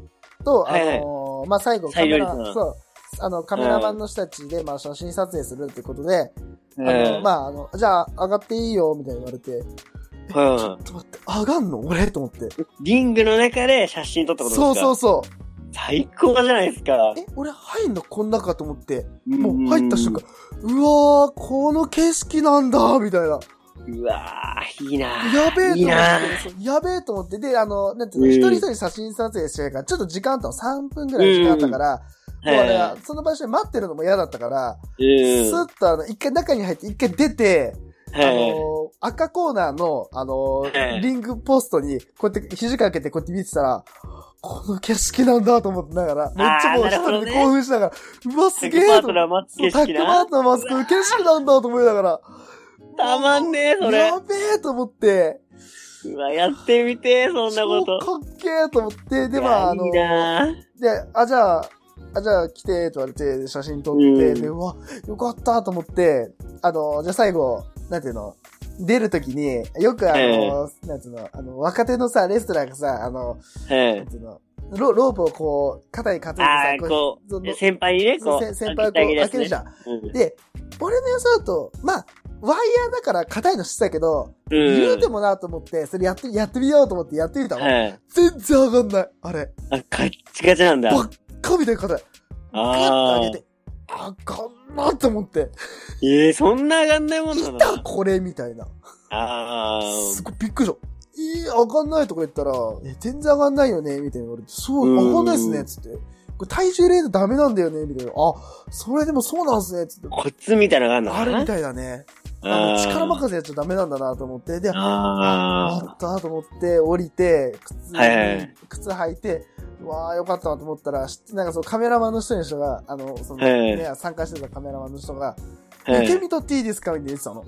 [SPEAKER 2] と、あ
[SPEAKER 3] はいはい
[SPEAKER 2] のー、まあ、最後、
[SPEAKER 3] サ
[SPEAKER 2] カ
[SPEAKER 3] イ
[SPEAKER 2] メ
[SPEAKER 3] 料理
[SPEAKER 2] ラ
[SPEAKER 3] さん、
[SPEAKER 2] そう、あの、カメラマンの人たちで、まあ、写真撮影するってことで、
[SPEAKER 3] う
[SPEAKER 2] あ
[SPEAKER 3] ん
[SPEAKER 2] の、まあ、あの、じゃあ、上がっていいよ、みたいに言われて、ちょっと待って、上がんの俺と思って。
[SPEAKER 3] うん。リングの中で写真撮ったことですか
[SPEAKER 2] そうそうそう。
[SPEAKER 3] 最高じゃないですか。
[SPEAKER 2] え、俺入んのこん中と思って、も
[SPEAKER 3] も
[SPEAKER 2] う入った瞬間、うわー、この景色なんだ、みたいな。
[SPEAKER 3] うわぁ、いいなぁ。
[SPEAKER 2] やべえと
[SPEAKER 3] いい
[SPEAKER 2] 思
[SPEAKER 3] な
[SPEAKER 2] ってそ
[SPEAKER 3] ぁ。
[SPEAKER 2] う、やべえと思って、で、あの、なんていうの、
[SPEAKER 3] うん
[SPEAKER 2] 一人一人写真撮影してるから、ちょっと時間あったの、3分ぐらい時間あったから、もうあれ
[SPEAKER 3] は
[SPEAKER 2] その場所で待ってるのも嫌だったから、
[SPEAKER 3] い
[SPEAKER 2] スッとあの、一回中に入って、一回出て、あ
[SPEAKER 3] はい。
[SPEAKER 2] の、赤コーナーの、あ
[SPEAKER 3] はい
[SPEAKER 2] の、リングポストに、こうやって肘掛けてこうやって見てたら、この景色なんだと思ってながら、めっちゃもう一
[SPEAKER 3] なる
[SPEAKER 2] 人
[SPEAKER 3] ほど
[SPEAKER 2] で
[SPEAKER 3] ね
[SPEAKER 2] 興奮しながら、うわ、す
[SPEAKER 3] タ
[SPEAKER 2] げ
[SPEAKER 3] グ
[SPEAKER 2] え
[SPEAKER 3] パー
[SPEAKER 2] と思
[SPEAKER 3] ト
[SPEAKER 2] って
[SPEAKER 3] ナー待つ
[SPEAKER 2] そう
[SPEAKER 3] 景
[SPEAKER 2] タックマ
[SPEAKER 3] 色な
[SPEAKER 2] ー。トのマスクの景色なんだと思いながら、
[SPEAKER 3] たまんねえ、それ
[SPEAKER 2] や。べえと思って、
[SPEAKER 3] うわ、やってみて、そんなこ
[SPEAKER 2] 超
[SPEAKER 3] と。
[SPEAKER 2] かっけえと思って、で、
[SPEAKER 3] い
[SPEAKER 2] まあ、
[SPEAKER 3] や
[SPEAKER 2] あ
[SPEAKER 3] い
[SPEAKER 2] の、
[SPEAKER 3] い
[SPEAKER 2] で、
[SPEAKER 3] なぁ。
[SPEAKER 2] あ、じゃあ、あ、じゃあ来て、と言われて、写真撮っ
[SPEAKER 3] う
[SPEAKER 2] て、
[SPEAKER 3] ん
[SPEAKER 2] で、うわ、よかったと思って、あの、じゃあ最後、なんていうの、出るときに、よくあの、なんつうの、あの、若手のさ、レストランがさ、あの、
[SPEAKER 3] うん
[SPEAKER 2] なん。つうの、ロロープをこう、肩に担いで
[SPEAKER 3] あ
[SPEAKER 2] さ
[SPEAKER 3] あ、、こ
[SPEAKER 2] その
[SPEAKER 3] う、先輩にね、こ
[SPEAKER 2] せ
[SPEAKER 3] う、
[SPEAKER 2] 先輩をこう、開けるじ
[SPEAKER 3] じゃ
[SPEAKER 2] ゃん。
[SPEAKER 3] ん。
[SPEAKER 2] で、俺の予想だと、まあ、ワイヤーだから硬いのしてたけど、
[SPEAKER 3] うん。
[SPEAKER 2] 言うて
[SPEAKER 3] も、
[SPEAKER 2] もなと思って、それやって、やってみようと思ってやってみたの。
[SPEAKER 3] はい。
[SPEAKER 2] 全然上がんない。あれ、
[SPEAKER 3] あ、カッチカチなんだ。
[SPEAKER 2] ばっかみたいな硬い。ガッ
[SPEAKER 3] あ
[SPEAKER 2] と
[SPEAKER 3] あ
[SPEAKER 2] 上。げて、あかんなと思って、
[SPEAKER 3] ええ、そんな上がんないもん
[SPEAKER 2] い
[SPEAKER 3] なの
[SPEAKER 2] たこれみたいな。
[SPEAKER 3] あ
[SPEAKER 2] すごいびっくりした。えー、上がんないとか言ったら、え、全然上がんないよね、みたいな言われて、そう、
[SPEAKER 3] うん
[SPEAKER 2] 上がんないっすね、つって。これ体重入れるとダメなんだよね、みたいな。あ、それでもそうなんすね、つって
[SPEAKER 3] あ、。コツみたいなのがあるの
[SPEAKER 2] あ
[SPEAKER 3] か
[SPEAKER 2] る
[SPEAKER 3] な
[SPEAKER 2] みたいだね。あ
[SPEAKER 3] あ
[SPEAKER 2] の、
[SPEAKER 3] ー
[SPEAKER 2] 力任せやっちゃダメなんだなと思って、で、あ
[SPEAKER 3] あ
[SPEAKER 2] ったと思って、降りて、靴、
[SPEAKER 3] はいはいはい
[SPEAKER 2] 靴履いて、うわーよかったなと思ったら、しなんかそのカメラマンの人の人が、あの、その、
[SPEAKER 3] はい
[SPEAKER 2] ね、参加してたカメラマンの人が、
[SPEAKER 3] あ。は
[SPEAKER 2] 受け
[SPEAKER 3] い
[SPEAKER 2] 身取っていいですかみたいな言ってたの。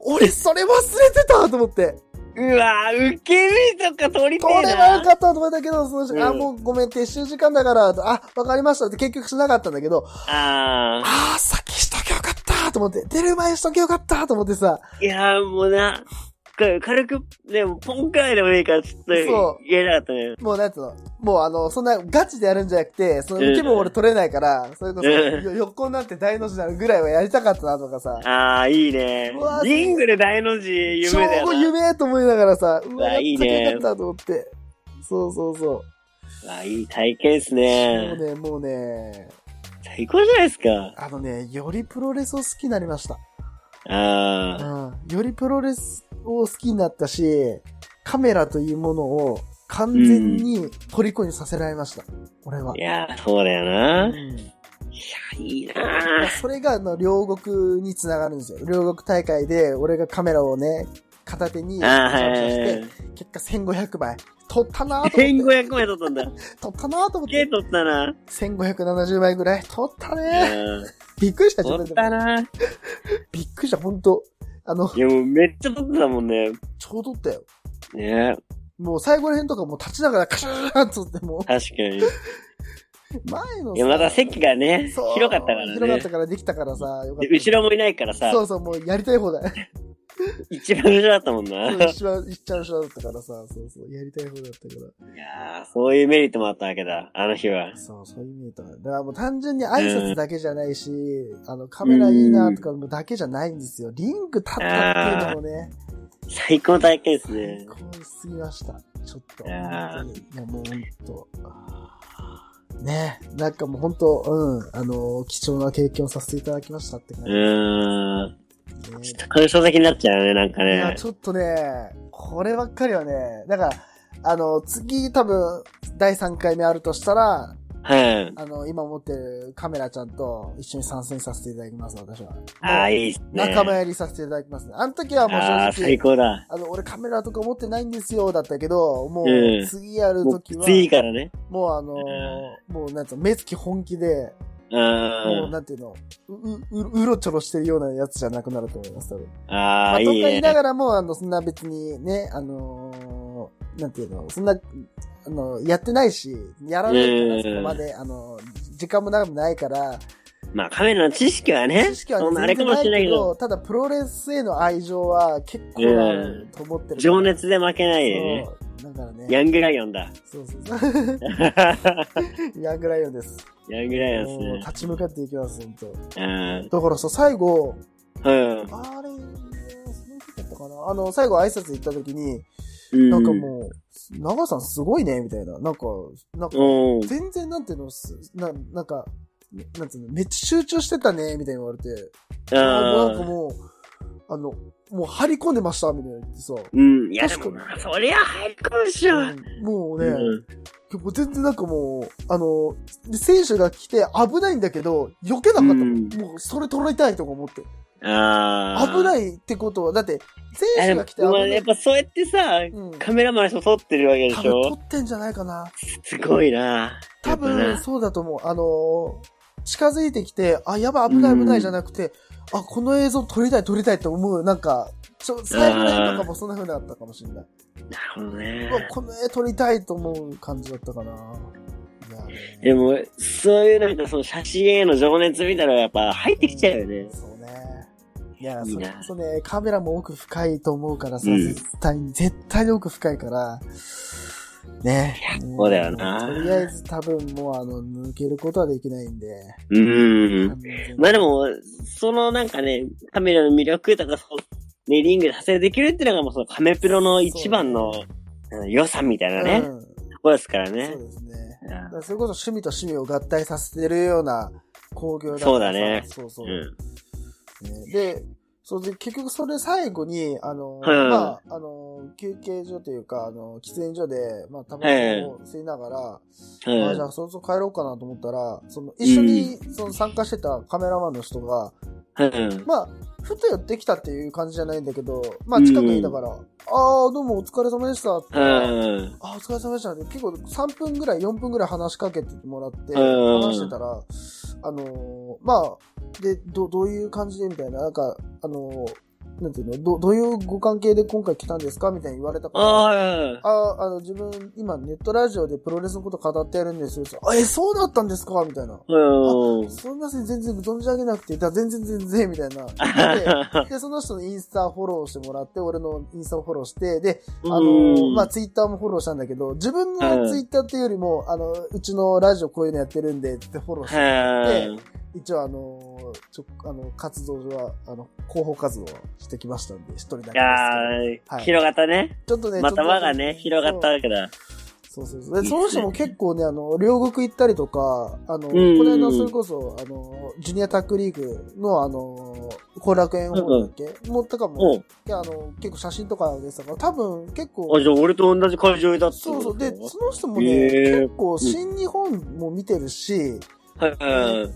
[SPEAKER 2] 俺、それ忘れてたと思って。
[SPEAKER 3] うわぁ、受け身とか取りて
[SPEAKER 2] こ
[SPEAKER 3] え
[SPEAKER 2] れは
[SPEAKER 3] な
[SPEAKER 2] よ。かったと思ったけど、その人、あ、
[SPEAKER 3] うん
[SPEAKER 2] もうごめん、撤収時間だから、あ、わかりましたって結局しなかったんだけど、
[SPEAKER 3] ああ。
[SPEAKER 2] あー、先しときゃよかったと思って、出る前にしときゃよかったと思ってさ、
[SPEAKER 3] いやーもうな、これ軽く、でもポンくらいでもいいから、ちょっと
[SPEAKER 2] そう
[SPEAKER 3] 言えなかったね。
[SPEAKER 2] もうなんつうの、もうあの、そんなガチでやるんじゃなくて、その
[SPEAKER 3] うん
[SPEAKER 2] 受けも俺取れないから、それこそ、
[SPEAKER 3] うん
[SPEAKER 2] よ横になって大の字になるぐらいはやりたかったなとか さ、
[SPEAKER 3] ああ、いいね
[SPEAKER 2] うわ。
[SPEAKER 3] リングで大の字夢
[SPEAKER 2] 超
[SPEAKER 3] だよな。
[SPEAKER 2] 夢と思いながらさ、う
[SPEAKER 3] う
[SPEAKER 2] わ、
[SPEAKER 3] わい
[SPEAKER 2] や
[SPEAKER 3] い
[SPEAKER 2] った
[SPEAKER 3] ね
[SPEAKER 2] よかったと思って。そうそうそう
[SPEAKER 3] わ、いい体験です
[SPEAKER 2] う。も
[SPEAKER 3] ね
[SPEAKER 2] う。ね、もうね、
[SPEAKER 3] 最高じゃないですか。
[SPEAKER 2] あのね、よりプロレスを好きになりました。
[SPEAKER 3] ああ。
[SPEAKER 2] うん。よりプロレスを好きになったし、カメラというものを完全に虜にさせられました。俺は。
[SPEAKER 3] いやー、そうだよ
[SPEAKER 2] う
[SPEAKER 3] な。い
[SPEAKER 2] ん
[SPEAKER 3] や、いいな
[SPEAKER 2] まあそれがあの両国につながるんですよ。両国大会で俺がカメラをね、片手に
[SPEAKER 3] ー。ああ、はい
[SPEAKER 2] 照
[SPEAKER 3] は
[SPEAKER 2] 射し
[SPEAKER 3] い
[SPEAKER 2] て
[SPEAKER 3] はい。
[SPEAKER 2] 結果1500枚。取ったなと思って。
[SPEAKER 3] 1500枚取ったんだ。
[SPEAKER 2] 取ったなと思っ
[SPEAKER 3] ゲー
[SPEAKER 2] て。
[SPEAKER 3] ト取ったな。
[SPEAKER 2] 1570枚ぐらい。取った
[SPEAKER 3] あ
[SPEAKER 2] ね
[SPEAKER 3] ー
[SPEAKER 2] びっくりした、自
[SPEAKER 3] 取
[SPEAKER 2] 分
[SPEAKER 3] っ
[SPEAKER 2] でも。
[SPEAKER 3] たな。い
[SPEAKER 2] びっくりした、ほんと。あの、
[SPEAKER 3] や、もうめっちゃ取ってたもんね。
[SPEAKER 2] 超取ったよ。
[SPEAKER 3] ね
[SPEAKER 2] もう最後ら辺とかもう立ちながらカシャーンっつっても
[SPEAKER 3] 確か
[SPEAKER 2] う、
[SPEAKER 3] に。
[SPEAKER 2] 前の
[SPEAKER 3] いや、また席がね、
[SPEAKER 2] そう
[SPEAKER 3] 広かったからね。
[SPEAKER 2] 広かったからできたからさ、よか
[SPEAKER 3] で
[SPEAKER 2] った。
[SPEAKER 3] 後ろもいないからさ
[SPEAKER 2] そ、うそう、もうやりたい放 題。
[SPEAKER 3] 一番後ろだったもんな。
[SPEAKER 2] そう
[SPEAKER 3] い
[SPEAKER 2] 一番、一番後ろだったからさ、そうそう、やりたい放題だったから。
[SPEAKER 3] やーそういうメリットもあったわけだ、あの日は。
[SPEAKER 2] そう、そういう意味だと。だからもう単純に挨拶だけじゃないし、あの、カメラいいなとかもだけじゃないんですよ。リンク立ったっていうのもね、
[SPEAKER 3] 最高の体験です
[SPEAKER 2] 最
[SPEAKER 3] ね。
[SPEAKER 2] 高すぎました。ちょっと。
[SPEAKER 3] いやー
[SPEAKER 2] 本当にいや、もう本当。ねなんかもう本当、うん、あの貴重な経験をさせていただきましたって感
[SPEAKER 3] う
[SPEAKER 2] じ
[SPEAKER 3] ーん。
[SPEAKER 2] ですね。
[SPEAKER 3] こういう書籍になっちゃうね、なんか
[SPEAKER 2] いや、
[SPEAKER 3] ね。
[SPEAKER 2] ちょっとね、こればっかりはね、だから、あの、次多分、第3回目あるとしたら、
[SPEAKER 3] はい。
[SPEAKER 2] あの、今持ってるカメラちゃんと一緒に参戦させていただきます、私は。
[SPEAKER 3] ああ、いいっすね。
[SPEAKER 2] 仲間入りさせていただきますね。あの時はもう
[SPEAKER 3] ああ、
[SPEAKER 2] 正
[SPEAKER 3] 最
[SPEAKER 2] 直、
[SPEAKER 3] 高だ。
[SPEAKER 2] あの、俺カメラとか持ってないんですよ、だったけど、も
[SPEAKER 3] う
[SPEAKER 2] う、
[SPEAKER 3] ん
[SPEAKER 2] 次やる
[SPEAKER 3] もう
[SPEAKER 2] 時
[SPEAKER 3] き
[SPEAKER 2] は、
[SPEAKER 3] ついからね。
[SPEAKER 2] もうあのー、もうなんつうの、目つき本気で、
[SPEAKER 3] う。
[SPEAKER 2] もうんなんていうの、う、う、うろちょろしてるようなやつじゃなくなると思います、多分。
[SPEAKER 3] あ
[SPEAKER 2] まあ、
[SPEAKER 3] あ、い
[SPEAKER 2] とか
[SPEAKER 3] い
[SPEAKER 2] 言い
[SPEAKER 3] ね。
[SPEAKER 2] ながらも、あの、そんな別にね、あのーなんていうの、そんな、あの、やってないし、やらないから、
[SPEAKER 3] うん
[SPEAKER 2] そこまで、あの、時間も長くないから、
[SPEAKER 3] まあ、カメラの知識はね、
[SPEAKER 2] 知識は
[SPEAKER 3] そんなあれ
[SPEAKER 2] 全然
[SPEAKER 3] かも
[SPEAKER 2] ない
[SPEAKER 3] しれない
[SPEAKER 2] け
[SPEAKER 3] けど、
[SPEAKER 2] ど、ただプロレスへの愛情は結構あると思ってる。
[SPEAKER 3] 情熱で負けないでね。
[SPEAKER 2] そう。だからね、
[SPEAKER 3] ヤングライオンだ。
[SPEAKER 2] そうそうそう。 ヤングライオンです。
[SPEAKER 3] ヤングライオン
[SPEAKER 2] もう
[SPEAKER 3] です
[SPEAKER 2] 立ち向かっていきます、本当。
[SPEAKER 3] ね。
[SPEAKER 2] だからさ、最後、
[SPEAKER 3] うん。うん。
[SPEAKER 2] あれ、その時だったかな。あの、最後挨拶行った時に、
[SPEAKER 3] うん
[SPEAKER 2] なんかもう、長さんすごいね、みたいな。なんか、なんか、
[SPEAKER 3] うん。
[SPEAKER 2] 全然なんていうの、すな、なんか、なんていうの、めっちゃ集中してたね、みたいに言われて。
[SPEAKER 3] あ
[SPEAKER 2] なんかもう、あの、もう張り込んでました、みたいな言ってさ。
[SPEAKER 3] うん。いや、で
[SPEAKER 2] 確か
[SPEAKER 3] も
[SPEAKER 2] に
[SPEAKER 3] な、そりゃ入るかもしれな
[SPEAKER 2] う
[SPEAKER 3] い。
[SPEAKER 2] んもうね、
[SPEAKER 3] うん
[SPEAKER 2] もう全然なんかもう、あの、で選手が来て危ないんだけど、避けなかったもん。
[SPEAKER 3] うん
[SPEAKER 2] もうそれ捉えたいとか思って。
[SPEAKER 3] ああ。。
[SPEAKER 2] 危ないいってことは、だって、
[SPEAKER 3] や
[SPEAKER 2] 選
[SPEAKER 3] で
[SPEAKER 2] 手
[SPEAKER 3] も
[SPEAKER 2] が来て危
[SPEAKER 3] ま
[SPEAKER 2] な
[SPEAKER 3] あ
[SPEAKER 2] い。
[SPEAKER 3] やっぱそうやってさ、
[SPEAKER 2] うん。
[SPEAKER 3] カメラマンの人撮ってるわけで
[SPEAKER 2] 多
[SPEAKER 3] し
[SPEAKER 2] 分
[SPEAKER 3] ょ
[SPEAKER 2] 取ってんじゃないかな。
[SPEAKER 3] すごいな。
[SPEAKER 2] 多
[SPEAKER 3] やっ
[SPEAKER 2] 分
[SPEAKER 3] ぱな
[SPEAKER 2] そうだと思う。あのー近づいてきて、あ、やばい危ない危ないじゃなくて、あ、この映像撮りたい撮りたいって思う。なんか、ちょ、最後の絵とかもそんな風になったかもしれない。
[SPEAKER 3] なるほど
[SPEAKER 2] うわ
[SPEAKER 3] ね。
[SPEAKER 2] この絵撮りたいと思う感じだったかな。いやね
[SPEAKER 3] でも、そういうなんかその写真への情熱みたいなのがやっぱ入ってきちゃうよね。
[SPEAKER 2] そうね。いや、
[SPEAKER 3] いい
[SPEAKER 2] それ
[SPEAKER 3] な
[SPEAKER 2] こそね、カメラも奥深いと思うからさ、
[SPEAKER 3] うん
[SPEAKER 2] 絶対に、絶対に奥深いから、ね。ん
[SPEAKER 3] そうだよな
[SPEAKER 2] とりあえず多分もうあの、抜けることはできないんで。
[SPEAKER 3] うーん
[SPEAKER 2] 完。全に
[SPEAKER 3] まあでも、そのなんかね、カメラの魅力とか、そう、ね、リングで発生できるっていうのがもうそのカメプロの一番のうん良さみたいなね、
[SPEAKER 2] うん
[SPEAKER 3] ところですから
[SPEAKER 2] そ
[SPEAKER 3] ね
[SPEAKER 2] う。ですね。
[SPEAKER 3] うん
[SPEAKER 2] だからそれこそ趣味と趣味を合体させてるような工業だからさ
[SPEAKER 3] そうだね
[SPEAKER 2] そうそう。
[SPEAKER 3] うん。
[SPEAKER 2] ねで、そうで、結局それ最後に、あの、
[SPEAKER 3] はいはいはい
[SPEAKER 2] まあ、あの、休憩所というか、あの、喫煙所で、まあ、タバコを吸いながら、まあ、じゃ
[SPEAKER 3] う
[SPEAKER 2] あ、そろそろ帰ろうかなと思ったら、その、一緒に、その、参加してたカメラマンの人が、
[SPEAKER 3] ん。うん
[SPEAKER 2] まあ、ふと寄ってきたっていう感じじゃないんだけど、まあ、近くにいたから、ああ、どうもお疲れ様でしたって。
[SPEAKER 3] うん。
[SPEAKER 2] あ、お疲れ様でした。結構3分ぐらい、4分ぐらい話しかけてもらって、
[SPEAKER 3] うん
[SPEAKER 2] 話してたら、あのーまあ、で、ど、どういう感じでみたいな、なんか、あのーなんていうの、ど、どういうご関係で今回来たんですかみたいに言われたから、あ
[SPEAKER 3] ああ、
[SPEAKER 2] あ、の、自分、今ネットラジオでプロレスのこと語ってやるんですよ。あ、え、そうだったんですかみたいな。
[SPEAKER 3] うん。
[SPEAKER 2] すみません、全然存じ上げなくて、だ全然全然、みたい な。で、でその人のインスタフォローしてもらって、俺のインスタをフォローして、で、あの
[SPEAKER 3] う
[SPEAKER 2] ー、
[SPEAKER 3] ん
[SPEAKER 2] まあ、ツイッターもフォローしたんだけど、自分
[SPEAKER 3] う
[SPEAKER 2] の
[SPEAKER 3] ん
[SPEAKER 2] ツイッターっていうよりも、あの、うちのラジオこういうのやってるんで、ってフォローして、
[SPEAKER 3] はい。
[SPEAKER 2] 一応あのー、ちょ、あの、活動は、あの、広報活動をしてきましたんで、一人だけです
[SPEAKER 3] い
[SPEAKER 2] けど
[SPEAKER 3] や
[SPEAKER 2] は
[SPEAKER 3] ー、
[SPEAKER 2] い
[SPEAKER 3] 広がったね。
[SPEAKER 2] ちょっとね、
[SPEAKER 3] また輪が
[SPEAKER 2] ち
[SPEAKER 3] ね、
[SPEAKER 2] ょっと
[SPEAKER 3] 広がったわけだ。
[SPEAKER 2] そうそうそう。で、その人も結構ね、あの、両国行ったりとか、あの、こ
[SPEAKER 3] ん
[SPEAKER 2] の間、それこそ、あの、ジュニアタックリーグの、あの、後楽園ホールだっけ、もうとかも、
[SPEAKER 3] お
[SPEAKER 2] いや、あの、結構写真とかでしたから、多分、結構
[SPEAKER 3] あ、、じゃあ俺と同じ会場だった
[SPEAKER 2] そうそう。で、その人も
[SPEAKER 3] へ
[SPEAKER 2] ね、
[SPEAKER 3] ー
[SPEAKER 2] 結構、新日本も見てるし、
[SPEAKER 3] はいはい。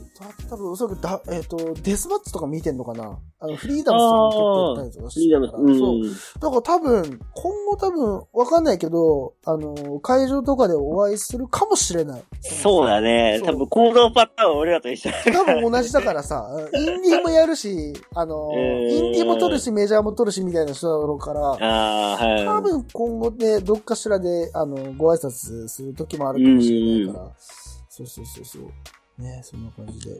[SPEAKER 2] た多分、おそらくだ、えっ、と、デスマッチとか見てんのかなあの、フリーダムスとかも結構やったりとかして
[SPEAKER 3] リーダ
[SPEAKER 2] る
[SPEAKER 3] ー
[SPEAKER 2] から、そう。
[SPEAKER 3] の、うん。
[SPEAKER 2] だから多分、今後多分、わかんないけど、あの、会場とかでお会いするかもしれない。
[SPEAKER 3] そうだね。
[SPEAKER 2] そう
[SPEAKER 3] 多分行動パターンは俺らと一緒だ
[SPEAKER 2] 多分同じだから さ、インディーもやるし、あの、
[SPEAKER 3] えー
[SPEAKER 2] インディーも取るし、メジャーも取るし、みたいな人だろうから、
[SPEAKER 3] ああ、はい。
[SPEAKER 2] 多分今後ね、どっかしらで、あの、ご挨拶する時もあるかもしれないから、そうそうそうそう。ね、そんな感じで。い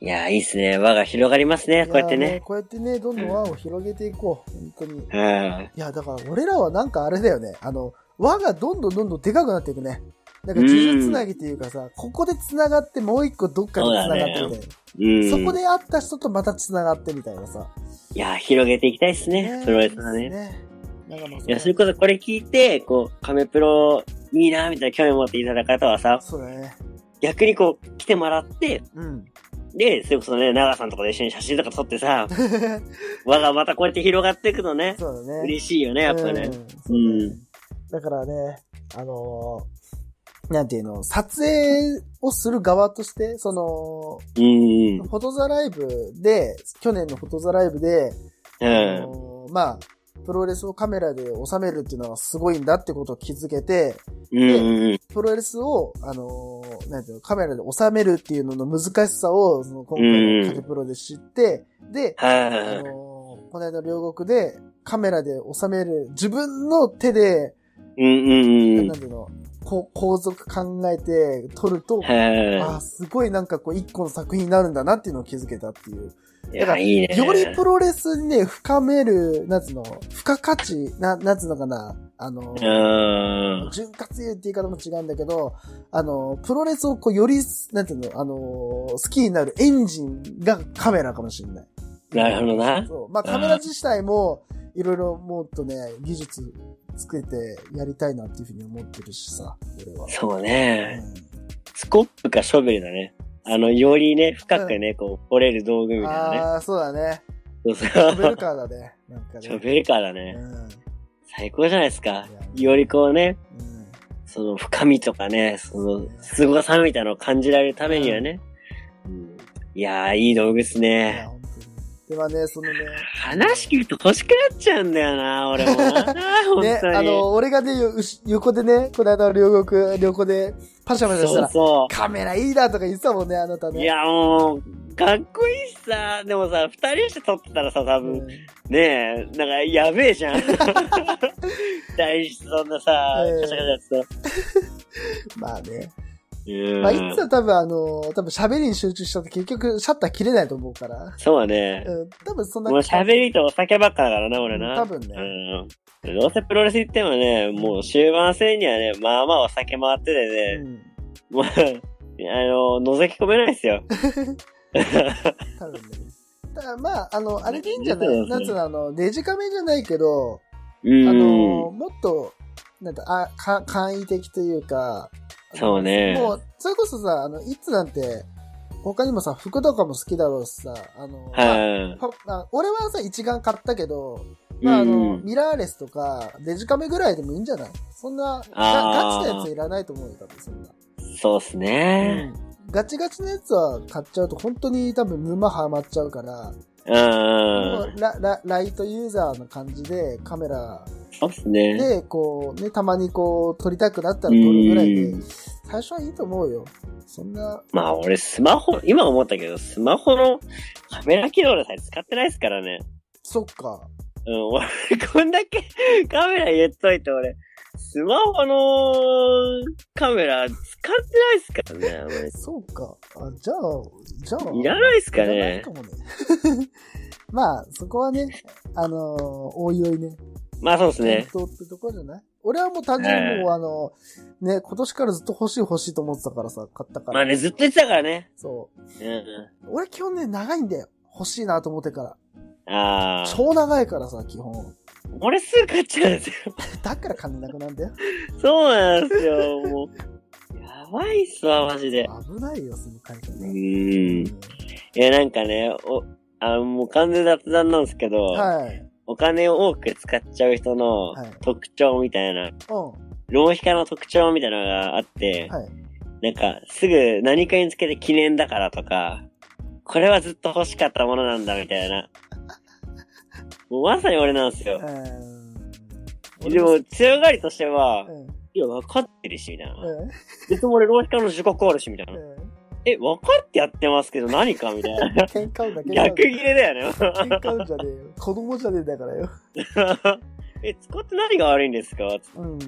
[SPEAKER 3] いやー、いいっすね。輪が広がりますね、
[SPEAKER 2] や
[SPEAKER 3] こうやって
[SPEAKER 2] もう
[SPEAKER 3] ね。
[SPEAKER 2] こうやってね、どんどん輪を広げていこう。本当に。
[SPEAKER 3] うん。
[SPEAKER 2] いや、だから俺らはなんかあれだよね。あの、輪がどんどんどんどんでかくなっていくね。なんか呪術つなぎっていうかさ、ここで繋がってもう一個どっかで繋がってみたいな。
[SPEAKER 3] うん。
[SPEAKER 2] そこ。で会った人とまた繋がってみたいなさ。
[SPEAKER 3] いやー、広げていきたいっすね。プロレスは
[SPEAKER 2] です
[SPEAKER 3] ね。
[SPEAKER 2] ね。なんかまあ
[SPEAKER 3] いや、それこそこれ聞いて、こう、カメプロ、いいなーみたいな興味持っていただいた方はさ、
[SPEAKER 2] そうだね。
[SPEAKER 3] 逆にこう、来てもらって、
[SPEAKER 2] うん。
[SPEAKER 3] で、それこそね、長さんとかで一緒に写真とか撮っ てさ、輪がまたこうやって広がっていくのね。
[SPEAKER 2] そうだね。
[SPEAKER 3] 嬉しいよね、やっぱね。
[SPEAKER 2] うん
[SPEAKER 3] う
[SPEAKER 2] だからね、あのーなんていうの、撮影をする側として、その、
[SPEAKER 3] うん。
[SPEAKER 2] フォトザライブで、去年のフォトザライブで、
[SPEAKER 3] う
[SPEAKER 2] あ
[SPEAKER 3] ん。
[SPEAKER 2] のーまあ、プロレスをカメラで収めるっていうのはすごいんだってことを気づけて、
[SPEAKER 3] うん。
[SPEAKER 2] プロレスを、あのーなんていうの、カメラで収めるっていうのの難しさを、その今回のカテプロで知って、で、あのー
[SPEAKER 3] は
[SPEAKER 2] この間両国でカメラで収める、自分の手で、
[SPEAKER 3] い。うんうんうん
[SPEAKER 2] なん。ていうの、こう構造考えて撮ると、あ
[SPEAKER 3] は
[SPEAKER 2] あ、すごいなんかこう一個の作品になるんだなっていうのを気づけたっていう。
[SPEAKER 3] い。い
[SPEAKER 2] だから
[SPEAKER 3] や、いいね。
[SPEAKER 2] よりプロレスにね、深める、なんつうの、付加価値、な、なんつうのかな、あの
[SPEAKER 3] う、ん。
[SPEAKER 2] 潤滑油って言い方も違うんだけど、あの、プロレスをこう、より、なんていうの、あの、好きになるエンジンがカメラかもしれない。
[SPEAKER 3] なるほどな
[SPEAKER 2] そう。まあ、カメラ自体も、いろいろもっとね、技術つけてやりたいなっていうふうに思ってるしさ、俺は。
[SPEAKER 3] そう
[SPEAKER 2] う
[SPEAKER 3] ね。
[SPEAKER 2] ん
[SPEAKER 3] スコップかショベルだね。あの、よりね、深くね、こう、掘れる道具みたいなね。
[SPEAKER 2] ああ、そうだね。
[SPEAKER 3] そうそう。
[SPEAKER 2] ショベルカーだね。なんかね。
[SPEAKER 3] ショベルカーだ
[SPEAKER 2] う
[SPEAKER 3] ね。
[SPEAKER 2] ん。
[SPEAKER 3] 最高じゃないですか。よりこうね、
[SPEAKER 2] うん。
[SPEAKER 3] その深みとかね、その凄さみたいなのを感じられるためにはね。うんいやー、いい道具っす
[SPEAKER 2] いや、
[SPEAKER 3] ね。
[SPEAKER 2] 本当に。ではね、そのね、
[SPEAKER 3] 話聞くと欲しくなっちゃうんだよな、俺もな。本
[SPEAKER 2] ね、あ
[SPEAKER 3] 当に。
[SPEAKER 2] の、俺がね、ようし横でね、この間の両国、旅行で、パシャパシャした
[SPEAKER 3] そう
[SPEAKER 2] ら、
[SPEAKER 3] そう。
[SPEAKER 2] カメラいいなとか言ってたもんね、あなたね。
[SPEAKER 3] いや、もう、かっこいいしさ。でもさ、二人して撮ってたらさ、多
[SPEAKER 2] うん、
[SPEAKER 3] 分、ねえ、なんか、やべえじ ゃん。大してそんなさ、
[SPEAKER 2] うん
[SPEAKER 3] カシャカシャやってさ
[SPEAKER 2] まあね。まあ、いつは多分あの、多分喋りに集中しちゃって結局シャッター切れないと思うから。
[SPEAKER 3] そうだね。
[SPEAKER 2] うん、多分そんな
[SPEAKER 3] もう喋りとお酒ばっかだからな、俺な。
[SPEAKER 2] 多分ね。
[SPEAKER 3] うん。どうせプロレス行ってもね、もう終盤戦にはね、まあまあお酒回ってて
[SPEAKER 2] う
[SPEAKER 3] ね、
[SPEAKER 2] ん。
[SPEAKER 3] もう、あの、覗き込めないです よ。
[SPEAKER 2] 多分ね。ただまあ、あの、あれでいいんじゃな
[SPEAKER 3] そうで
[SPEAKER 2] い
[SPEAKER 3] すね
[SPEAKER 2] なんつうの、あの、デジカメじゃないけど、あ
[SPEAKER 3] うん。
[SPEAKER 2] の、もっと、なんだ、あ、か、簡易的というか、
[SPEAKER 3] そうね。
[SPEAKER 2] もう、それこそさ、あの、いつなんて、他にもさ、服とかも好きだろうしさ、あの、
[SPEAKER 3] は
[SPEAKER 2] パあ俺はさ、一眼買ったけど、
[SPEAKER 3] い。
[SPEAKER 2] まあ、あ
[SPEAKER 3] うん
[SPEAKER 2] の、ミラーレスとか、デジカメぐらいでもいいんじゃないそんな、
[SPEAKER 3] あ
[SPEAKER 2] ガガ
[SPEAKER 3] ー
[SPEAKER 2] チなやついらないと思うよ、多分そんな。
[SPEAKER 3] そうっすね。
[SPEAKER 2] ガチガチのやつは買っちゃうと本当に多分沼ハマっちゃうから、
[SPEAKER 3] うんうん
[SPEAKER 2] も
[SPEAKER 3] うん。
[SPEAKER 2] うララライトユーザーの感じでカメラ
[SPEAKER 3] そうっすね。
[SPEAKER 2] でこうね、たまにこう撮りたくなったら撮るぐらいで
[SPEAKER 3] うん、
[SPEAKER 2] 最初はいいと思うよ。そんな、
[SPEAKER 3] まあ俺スマホ、今思ったけど、スマホのカメラ機能でさえ使ってないですからね。
[SPEAKER 2] そっか。
[SPEAKER 3] うん、俺、こんだけカメラ入れといて、俺、スマホのカメラ使ってないっすからね。
[SPEAKER 2] そうか。あ、じゃあ、じゃあ。
[SPEAKER 3] 俺いらないっすか
[SPEAKER 2] いらない
[SPEAKER 3] ね
[SPEAKER 2] か。もね。 まあ、そこはね、あのーおいおいね、
[SPEAKER 3] まあそうですね
[SPEAKER 2] 検。討ってところじゃない俺はもう単純にもう、あの、ね、今年からずっと欲しい欲しいと思ってたからさ、買ったから。
[SPEAKER 3] まあね、ずっと言ってたからね。
[SPEAKER 2] そう。
[SPEAKER 3] う
[SPEAKER 2] 俺基本ね、長いんだよ。欲しいなと思ってから。
[SPEAKER 3] ん。ああ。
[SPEAKER 2] 超長いからさ、基本。
[SPEAKER 3] 俺すぐ買っちゃうんですよ。
[SPEAKER 2] だから金なくなんだよ。
[SPEAKER 3] そうなんですよ、もう。やばいっすわ、マジで。
[SPEAKER 2] 危ないよ、その会社
[SPEAKER 3] う
[SPEAKER 2] ね。
[SPEAKER 3] ん。いや、なんかね、お、あもう完全雑談なんですけど、
[SPEAKER 2] はい。
[SPEAKER 3] お金を多く使っちゃう人の
[SPEAKER 2] はい
[SPEAKER 3] 特徴みたいな、
[SPEAKER 2] う
[SPEAKER 3] 浪費家の特徴みたいなのがあって、
[SPEAKER 2] ん。はい。
[SPEAKER 3] なんか、すぐ何かにつけて記念だからとか、これはずっと欲しかったものなんだみた いな。もうまさに俺なんですよ。
[SPEAKER 2] うーん
[SPEAKER 3] でも、、強がりとしては
[SPEAKER 2] う、ん。
[SPEAKER 3] いや、分かってるし、みたいな。
[SPEAKER 2] うん。
[SPEAKER 3] 別に俺、浪費家の自覚あるし、みたいな。
[SPEAKER 2] うん。。
[SPEAKER 3] え、分かってやってますけど、何かみたい な
[SPEAKER 2] 喧嘩うだけ
[SPEAKER 3] 逆切れだよね。
[SPEAKER 2] 喧嘩うんじゃねえよ。子供じゃねえんだからよ。
[SPEAKER 3] え、使って何が悪いんですか
[SPEAKER 2] うん。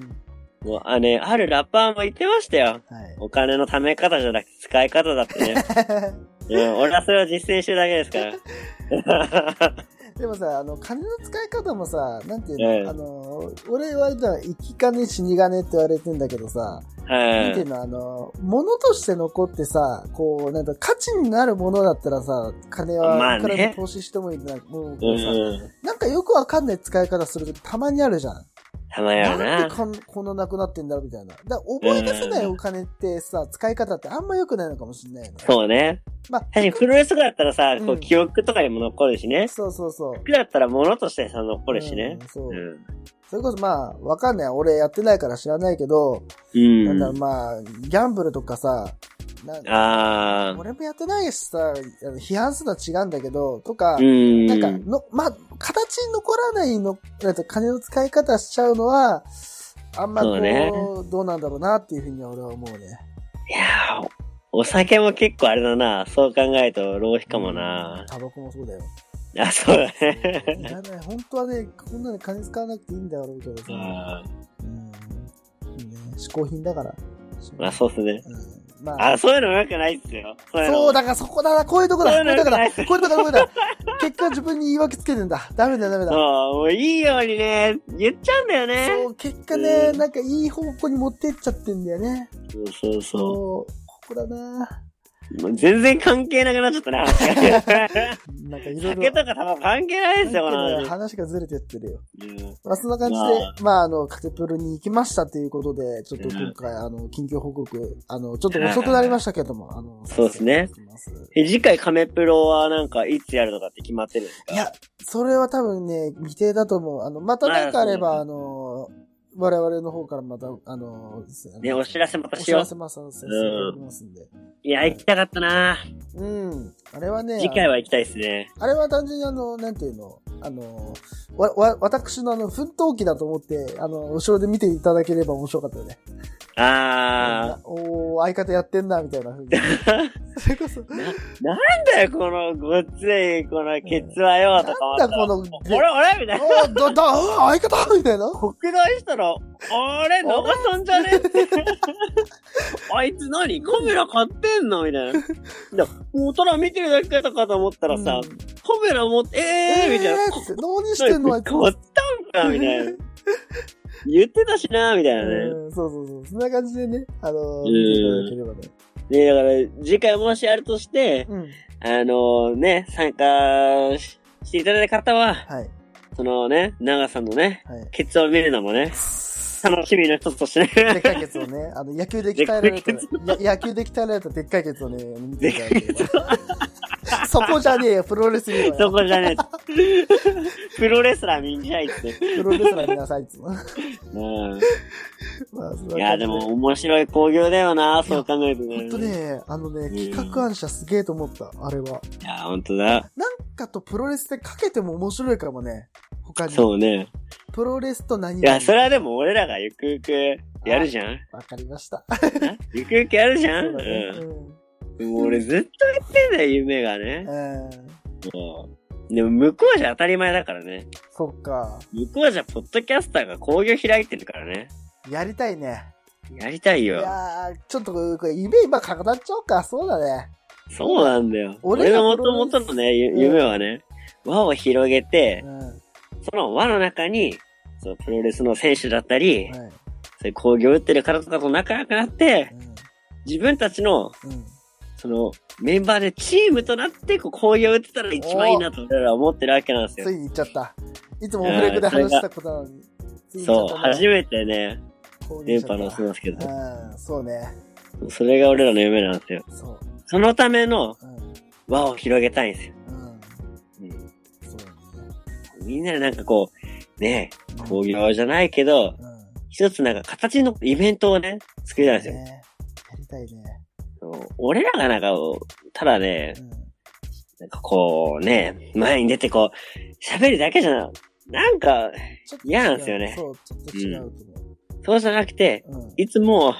[SPEAKER 3] もう、あね、あるラッパーも言ってましたよ。
[SPEAKER 2] はい。
[SPEAKER 3] お金の貯め方じゃなくて使い方だってね。 うん、俺はそれを実践してるだけですから。
[SPEAKER 2] でもさ、あの、金の使い方もさ、なんていうの、
[SPEAKER 3] ええ
[SPEAKER 2] あの、俺はじゃ生き金死に金って言われてんだけどさ、
[SPEAKER 3] は
[SPEAKER 2] なんていう
[SPEAKER 3] い。
[SPEAKER 2] の、あの、物として残ってさ、こう、なんか価値になるものだったらさ、金
[SPEAKER 3] ま
[SPEAKER 2] は
[SPEAKER 3] あ
[SPEAKER 2] い
[SPEAKER 3] ね
[SPEAKER 2] くらでも投資してもいいんだけど、もう
[SPEAKER 3] う
[SPEAKER 2] さ、
[SPEAKER 3] ん。
[SPEAKER 2] なんかよくわかんない使い方するときたまにあるじゃん。
[SPEAKER 3] たまやろ
[SPEAKER 2] なん
[SPEAKER 3] な
[SPEAKER 2] で。こんこんななくなってんだろうみたいな。だから覚え出せないお金ってさ、使い方ってあんま良くないのかもしれないよね。
[SPEAKER 3] そうね。
[SPEAKER 2] まあ、
[SPEAKER 3] 確かにプロレスとかだったらさ、こ
[SPEAKER 2] うん
[SPEAKER 3] う記憶とかにも残るしね。
[SPEAKER 2] そうそうそう。
[SPEAKER 3] 服だったら物としてさ、残るしね
[SPEAKER 2] うん。そうう。
[SPEAKER 3] ん。
[SPEAKER 2] それこそまあ、わかんない。俺やってないから知らないけど、
[SPEAKER 3] う。
[SPEAKER 2] なんだろうんまあ、ギャンブルとかさ、なん
[SPEAKER 3] あ
[SPEAKER 2] 俺もやってないしさ、あの批判するのは違うんだけど、とか
[SPEAKER 3] ー。う、ん。
[SPEAKER 2] なんかの、まあ、形に残らないの、なんか金の使い方しちゃうのは、あんまこ、
[SPEAKER 3] そううね
[SPEAKER 2] どうなんだろうなっていうふうには俺は思うね。
[SPEAKER 3] いやーお酒も結構あれだな。そう考えると浪費かも
[SPEAKER 2] うん
[SPEAKER 3] な。
[SPEAKER 2] タバコもそうだよ。
[SPEAKER 3] あ、そうだ
[SPEAKER 2] い
[SPEAKER 3] ね。
[SPEAKER 2] らない。本当はね、こんなの金使わなくていいんだろうけどさ
[SPEAKER 3] う、ん
[SPEAKER 2] うん。いいね。嗜好品だから。
[SPEAKER 3] まあそうっすね。
[SPEAKER 2] うんまあ
[SPEAKER 3] あ、そういうの良くないっすよ。そういうの
[SPEAKER 2] そう、だからそこだな、こういうとこだ、こ
[SPEAKER 3] そうう
[SPEAKER 2] い
[SPEAKER 3] いう
[SPEAKER 2] と
[SPEAKER 3] う
[SPEAKER 2] こ
[SPEAKER 3] の
[SPEAKER 2] だ、
[SPEAKER 3] ない
[SPEAKER 2] こういうとこだ、こういうとこだ。結果自分に言い訳つけてんだ。ダメだ、ダメだ。
[SPEAKER 3] そう、もういいようにね、言っちゃうんだよ
[SPEAKER 2] そ
[SPEAKER 3] ね。
[SPEAKER 2] う、結果ね、
[SPEAKER 3] うん
[SPEAKER 2] なんかいい方向に持ってっちゃってんだよね。
[SPEAKER 3] そうそうそ
[SPEAKER 2] そう、ここだな。
[SPEAKER 3] う。もう全然関係なくなっちゃった な。酒
[SPEAKER 2] なんかいろいろ。
[SPEAKER 3] とかタバコ関係ないですよ、この話。
[SPEAKER 2] 話がずれてってるよ。
[SPEAKER 3] うん
[SPEAKER 2] まあ、そんな感じで、ま
[SPEAKER 3] ま
[SPEAKER 2] あ、あの、カテプルに行きましたということで、ちょっと今回、あの、緊急報告、あの、ちょっと遅くなりましたけども、あの、
[SPEAKER 3] そうですね
[SPEAKER 2] させていただきます
[SPEAKER 3] え次回カメプロはなんかいつやるとかって決まってるんですか
[SPEAKER 2] いや、それは多分ね、未定だと思う。あの、またなんかあれば、あの、我々の方からまた、あの、ですね
[SPEAKER 3] ね、お知らせま
[SPEAKER 2] お
[SPEAKER 3] たし
[SPEAKER 2] 知
[SPEAKER 3] よ
[SPEAKER 2] ら
[SPEAKER 3] う
[SPEAKER 2] せ。もさせていただきますんで。
[SPEAKER 3] いや、行きたかったな。
[SPEAKER 2] うん。あれはね、
[SPEAKER 3] 次回は行きたいですね。
[SPEAKER 2] あれは単純にあの、なんていうの、あの、わ、わ、私のあの、奮闘記だと思って、あの、後ろで見ていただければ面白かったよね。
[SPEAKER 3] あ
[SPEAKER 2] おー、相方やってんな、みたいな風 に。それこそ、
[SPEAKER 3] ー、なんだよ、このごっつい、このケツはよ、とか思ったら。
[SPEAKER 2] なんだこの
[SPEAKER 3] 俺、俺みたいな。
[SPEAKER 2] おー、だ、だ、あー相方みたいな。
[SPEAKER 3] 国道したら、あれ、長さんじゃね って。あいつ何カメラ買ってんのみたいな。だもうただ見てるだけだかと思ったらさ、
[SPEAKER 2] うん
[SPEAKER 3] カメラ持って、えー、みたいな。
[SPEAKER 2] ーって何してんのあいつ。
[SPEAKER 3] 買ったんかみたいな。言ってたしな、みたいなね。
[SPEAKER 2] うんそうそうそう。そんな感じでね、あの
[SPEAKER 3] うん
[SPEAKER 2] 見ていただければね。
[SPEAKER 3] で、だから、次回もしあるとして、
[SPEAKER 2] うん。
[SPEAKER 3] あのね、参加ししていただいた方は、
[SPEAKER 2] はい。
[SPEAKER 3] そのね、長さんのね、
[SPEAKER 2] はい。
[SPEAKER 3] ケツを見るのもね、楽しみの一つとして
[SPEAKER 2] でっか
[SPEAKER 3] ね。
[SPEAKER 2] いケツを ね、あの、野球で鍛えられた、や野球で鍛えられたでっかいケツを ね、見ていただければ。そこじゃねえよ、プロレスリーガー
[SPEAKER 3] そ
[SPEAKER 2] よ
[SPEAKER 3] こじゃ ねえ。プロレスラーみんじゃいって。
[SPEAKER 2] プロレスラーになさい、いつ も。まあ
[SPEAKER 3] うん。
[SPEAKER 2] そんな感じ
[SPEAKER 3] いや、でも、面白い興行だよな、そう考えるとね。
[SPEAKER 2] ほんとね、あのね、企画案者すげえと思った、あれは。
[SPEAKER 3] いや、ほんとだ。
[SPEAKER 2] なんかとプロレスでかけても面白いかもね。他に。
[SPEAKER 3] そうね。
[SPEAKER 2] プロレスと何
[SPEAKER 3] い
[SPEAKER 2] 々
[SPEAKER 3] や、それはでも俺らがゆくゆくやるじゃん
[SPEAKER 2] わかりました。
[SPEAKER 3] ゆくゆくやるじゃん
[SPEAKER 2] そうだね
[SPEAKER 3] うん。
[SPEAKER 2] うん
[SPEAKER 3] でも俺ずっと言ってんだよ、夢がね。
[SPEAKER 2] うん
[SPEAKER 3] でも向こうじゃ当たり前だからね。
[SPEAKER 2] そっか。
[SPEAKER 3] 向こうじゃポッドキャスターが興行開いてるからね。
[SPEAKER 2] やりたいね。
[SPEAKER 3] やりたい
[SPEAKER 2] い
[SPEAKER 3] よ。
[SPEAKER 2] やー、ちょっとこれ、夢今語っちゃおうか。そうだね。
[SPEAKER 3] そうなんだよ。
[SPEAKER 2] 俺
[SPEAKER 3] 俺
[SPEAKER 2] ら
[SPEAKER 3] の元々のね、ゆ
[SPEAKER 2] うん
[SPEAKER 3] 夢はね、輪を広げて
[SPEAKER 2] う、ん。は
[SPEAKER 3] その輪の中に、そのプロレスの選手だったり
[SPEAKER 2] い。、
[SPEAKER 3] そういう興行打ってる方とかと仲良くなって、自分たちの、
[SPEAKER 2] うん。うん。
[SPEAKER 3] その、メンバーでチームとなって、こう、興行打ってたら一番いいなと俺らは思ってるわけなんですよ
[SPEAKER 2] つ。いに言っちゃった。いつもオフレコで話したことなのに。ついに言っ
[SPEAKER 3] そう、
[SPEAKER 2] ちゃったね
[SPEAKER 3] 初めてね、
[SPEAKER 2] こう言
[SPEAKER 3] 電
[SPEAKER 2] っちゃ
[SPEAKER 3] 波
[SPEAKER 2] った
[SPEAKER 3] のせますけど、
[SPEAKER 2] うん、そうね。
[SPEAKER 3] それが俺らの夢なんですよ。
[SPEAKER 2] そう。
[SPEAKER 3] そのための
[SPEAKER 2] うん。
[SPEAKER 3] 輪を広げたいんですよ。
[SPEAKER 2] うん。
[SPEAKER 3] うん
[SPEAKER 2] そうだね。
[SPEAKER 3] みんなでなんかこう、ねえ、工業じゃないけ
[SPEAKER 2] う
[SPEAKER 3] ど、
[SPEAKER 2] ん。
[SPEAKER 3] 一つなんか形のイベントをね、作りたいんですよ。
[SPEAKER 2] ねやりたいね。
[SPEAKER 3] そう俺らがなんか、ただね、
[SPEAKER 2] うん。
[SPEAKER 3] なんかこうね、前に出てこう、喋るだけじゃな、なんか、
[SPEAKER 2] ちょっと違う
[SPEAKER 3] 嫌なんですよね
[SPEAKER 2] そう、ちょっと違うと思
[SPEAKER 3] そうじゃなくて、
[SPEAKER 2] う。
[SPEAKER 3] いつも、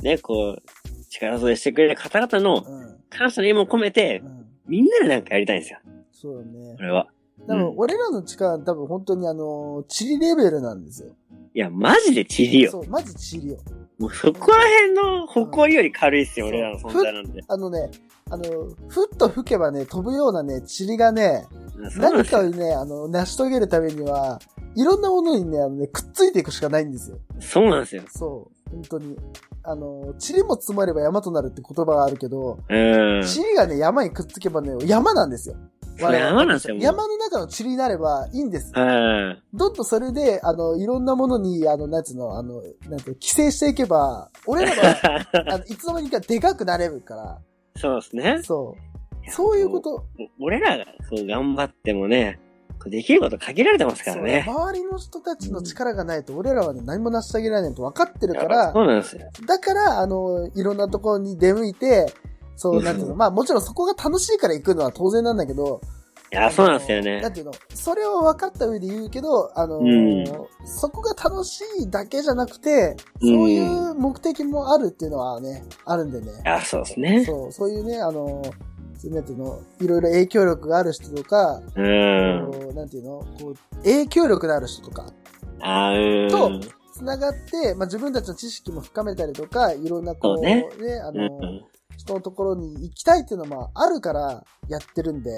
[SPEAKER 3] ね、こう、力添えしてくれる方々の
[SPEAKER 2] うん。うん。
[SPEAKER 3] 感謝の意味も込めて、
[SPEAKER 2] うん。
[SPEAKER 3] みんなでなんかやりたいんですよ。
[SPEAKER 2] そうだね
[SPEAKER 3] こ。れは。
[SPEAKER 2] 多分、俺らの力、多分本当にあの、地理レベルなんですよ。
[SPEAKER 3] いや、マジでチリ
[SPEAKER 2] そ
[SPEAKER 3] よ。
[SPEAKER 2] う、まず地理よ。
[SPEAKER 3] もうそこら辺の歩行より軽いっすよ、
[SPEAKER 2] うん
[SPEAKER 3] 俺らの存在なんで。
[SPEAKER 2] あのね、あの、ふっと吹けばね、飛ぶようなね、塵がね、
[SPEAKER 3] うんそうなん
[SPEAKER 2] 何
[SPEAKER 3] ですよ
[SPEAKER 2] かをね、あの、成し遂げるためには、いろんなものにね、あのね、くっついていくしかないんですよ。
[SPEAKER 3] そうなんですよ。
[SPEAKER 2] そう、本当に。あの、塵も積まれば山となるって言葉があるけど、
[SPEAKER 3] うん。
[SPEAKER 2] 塵がね、山にくっつけばね、山なんですよ。
[SPEAKER 3] それ山なんですよ。もう
[SPEAKER 2] 山の中の塵になればいいんです。
[SPEAKER 3] うん。
[SPEAKER 2] どんどんそれで、あの、いろんなものに、あの、なんつうの、あの、なんていうの、寄生していけば、俺らが、 あの、いつの間にかでかくなれるか
[SPEAKER 3] そうですね
[SPEAKER 2] ら、。そう。そういうこと。
[SPEAKER 3] もう俺らがそう頑張ってもね、こうできること限られてますからね
[SPEAKER 2] そ。う周りの人たちの力がないと、俺らはね、何も成し遂げられないと分かってるか
[SPEAKER 3] いや
[SPEAKER 2] ら、
[SPEAKER 3] そうなんですよ。
[SPEAKER 2] だから、あの、いろんなところに出向いて、そうう、
[SPEAKER 3] ん
[SPEAKER 2] なんて いうの、まあもちろんそこが楽しいから行くのは当然なんだけど、
[SPEAKER 3] いや、そうなんですよ
[SPEAKER 2] あのな
[SPEAKER 3] ね
[SPEAKER 2] ん。ていうの、それを分かった上で言うけど、あの、
[SPEAKER 3] うん
[SPEAKER 2] そこが楽しいだけじゃなくて、そういう目的もあるっていうのはね、あるんでね。
[SPEAKER 3] あ、そうですね。
[SPEAKER 2] そう、そういうね、あの、そうなんていうの、いろいろ影響力がある人とか、
[SPEAKER 3] うん。
[SPEAKER 2] こうなんていうの、こう、影響力のある人とか、
[SPEAKER 3] あうん。
[SPEAKER 2] とつながって、まあ、自分たちの知識も深めたりとか、いろんなこう、
[SPEAKER 3] そう
[SPEAKER 2] ね
[SPEAKER 3] ね、
[SPEAKER 2] あ
[SPEAKER 3] う
[SPEAKER 2] の、
[SPEAKER 3] ん。
[SPEAKER 2] 人のところに行きたいっていうのもあるからやってるんで、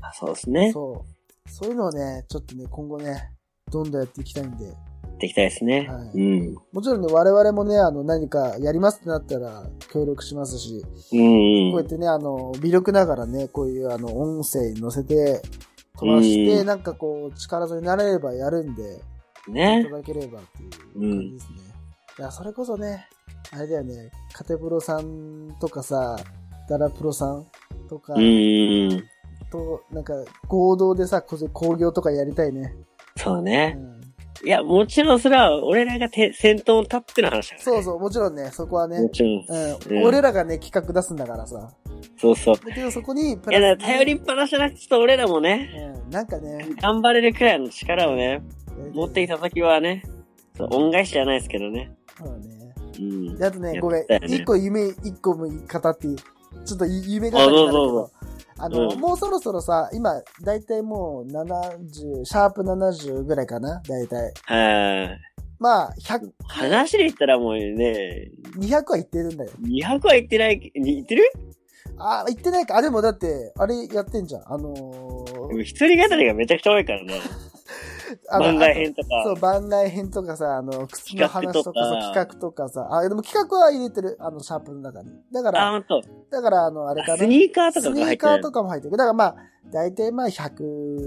[SPEAKER 3] あそうですね。
[SPEAKER 2] そう。そういうのをね、ちょっとね、今後ね、どんどんやっていきたいんで、
[SPEAKER 3] できたいですね
[SPEAKER 2] は。い
[SPEAKER 3] うん。
[SPEAKER 2] もちろんね、我々もね、あの、何かやりますってなったら協力しますし、
[SPEAKER 3] うん
[SPEAKER 2] こう
[SPEAKER 3] う
[SPEAKER 2] やっ
[SPEAKER 3] ん。
[SPEAKER 2] てね、あの、魅力ながらね、こういうあの、音声に乗せて、飛ばして、
[SPEAKER 3] うん
[SPEAKER 2] なんかこう、力添えになれればやるんで、い
[SPEAKER 3] ね
[SPEAKER 2] た。だければっていう感じですね。いや、それこそね、あれだよね、カテプロさんとかさ、ダラプロさんとか
[SPEAKER 3] うん。
[SPEAKER 2] と、なんか、合同でさ、こう工業とかやりたいね。
[SPEAKER 3] そう
[SPEAKER 2] う
[SPEAKER 3] ね。
[SPEAKER 2] ん、
[SPEAKER 3] いや、もちろんそれは俺らがて先頭に立っての話だから
[SPEAKER 2] そ
[SPEAKER 3] ね
[SPEAKER 2] うそう、もちろんね、そこはね
[SPEAKER 3] も、ちろん。
[SPEAKER 2] うん
[SPEAKER 3] うん
[SPEAKER 2] 俺らがね、企画出すんだからさ、
[SPEAKER 3] そうそう。
[SPEAKER 2] だけどそこにプ
[SPEAKER 3] いや、だ
[SPEAKER 2] ラス、
[SPEAKER 3] から頼りっぱなしじゃなくて、ちょっと俺らもね、
[SPEAKER 2] うん、なんかね、
[SPEAKER 3] 頑張れるくらいの力をね、持ってきたときはね、そう恩返しじゃないですけどね。
[SPEAKER 2] そうね。
[SPEAKER 3] うん
[SPEAKER 2] で。あとね、ごめん
[SPEAKER 3] やっ、たよね
[SPEAKER 2] 一個夢、一個も語っていいちょっとい夢語りなんだけ
[SPEAKER 3] あどうぞ
[SPEAKER 2] ど、あの、
[SPEAKER 3] うん
[SPEAKER 2] もうそろそろさ、今、だいたいもう70、シャープ70ぐらいかなだいたい。
[SPEAKER 3] はい。
[SPEAKER 2] まあ、100、
[SPEAKER 3] 話で言ったらもうね、
[SPEAKER 2] 200はいってるんだよ。
[SPEAKER 3] 200は言ってない、言ってる
[SPEAKER 2] あー、言ってないか。あ、でもだって、あれやってんじゃん。あの
[SPEAKER 3] で
[SPEAKER 2] ー
[SPEAKER 3] も一人語りがめちゃくちゃ多いからね。
[SPEAKER 2] あの
[SPEAKER 3] 番外編と
[SPEAKER 2] あそう、
[SPEAKER 3] か。
[SPEAKER 2] 番外編とかさ、あの、靴の話とかさ、
[SPEAKER 3] 企
[SPEAKER 2] 企
[SPEAKER 3] 画
[SPEAKER 2] 画とかさ、あ、でも企画は入れてる。あの、シャープの中に。だか
[SPEAKER 3] あ、
[SPEAKER 2] ら、
[SPEAKER 3] ほんと。
[SPEAKER 2] だから、あの、あれかな。
[SPEAKER 3] スニーカーと
[SPEAKER 2] ス
[SPEAKER 3] か
[SPEAKER 2] ニ
[SPEAKER 3] が
[SPEAKER 2] ー
[SPEAKER 3] 入ってる
[SPEAKER 2] カーとかも入ってる。だからまあ、大体まあ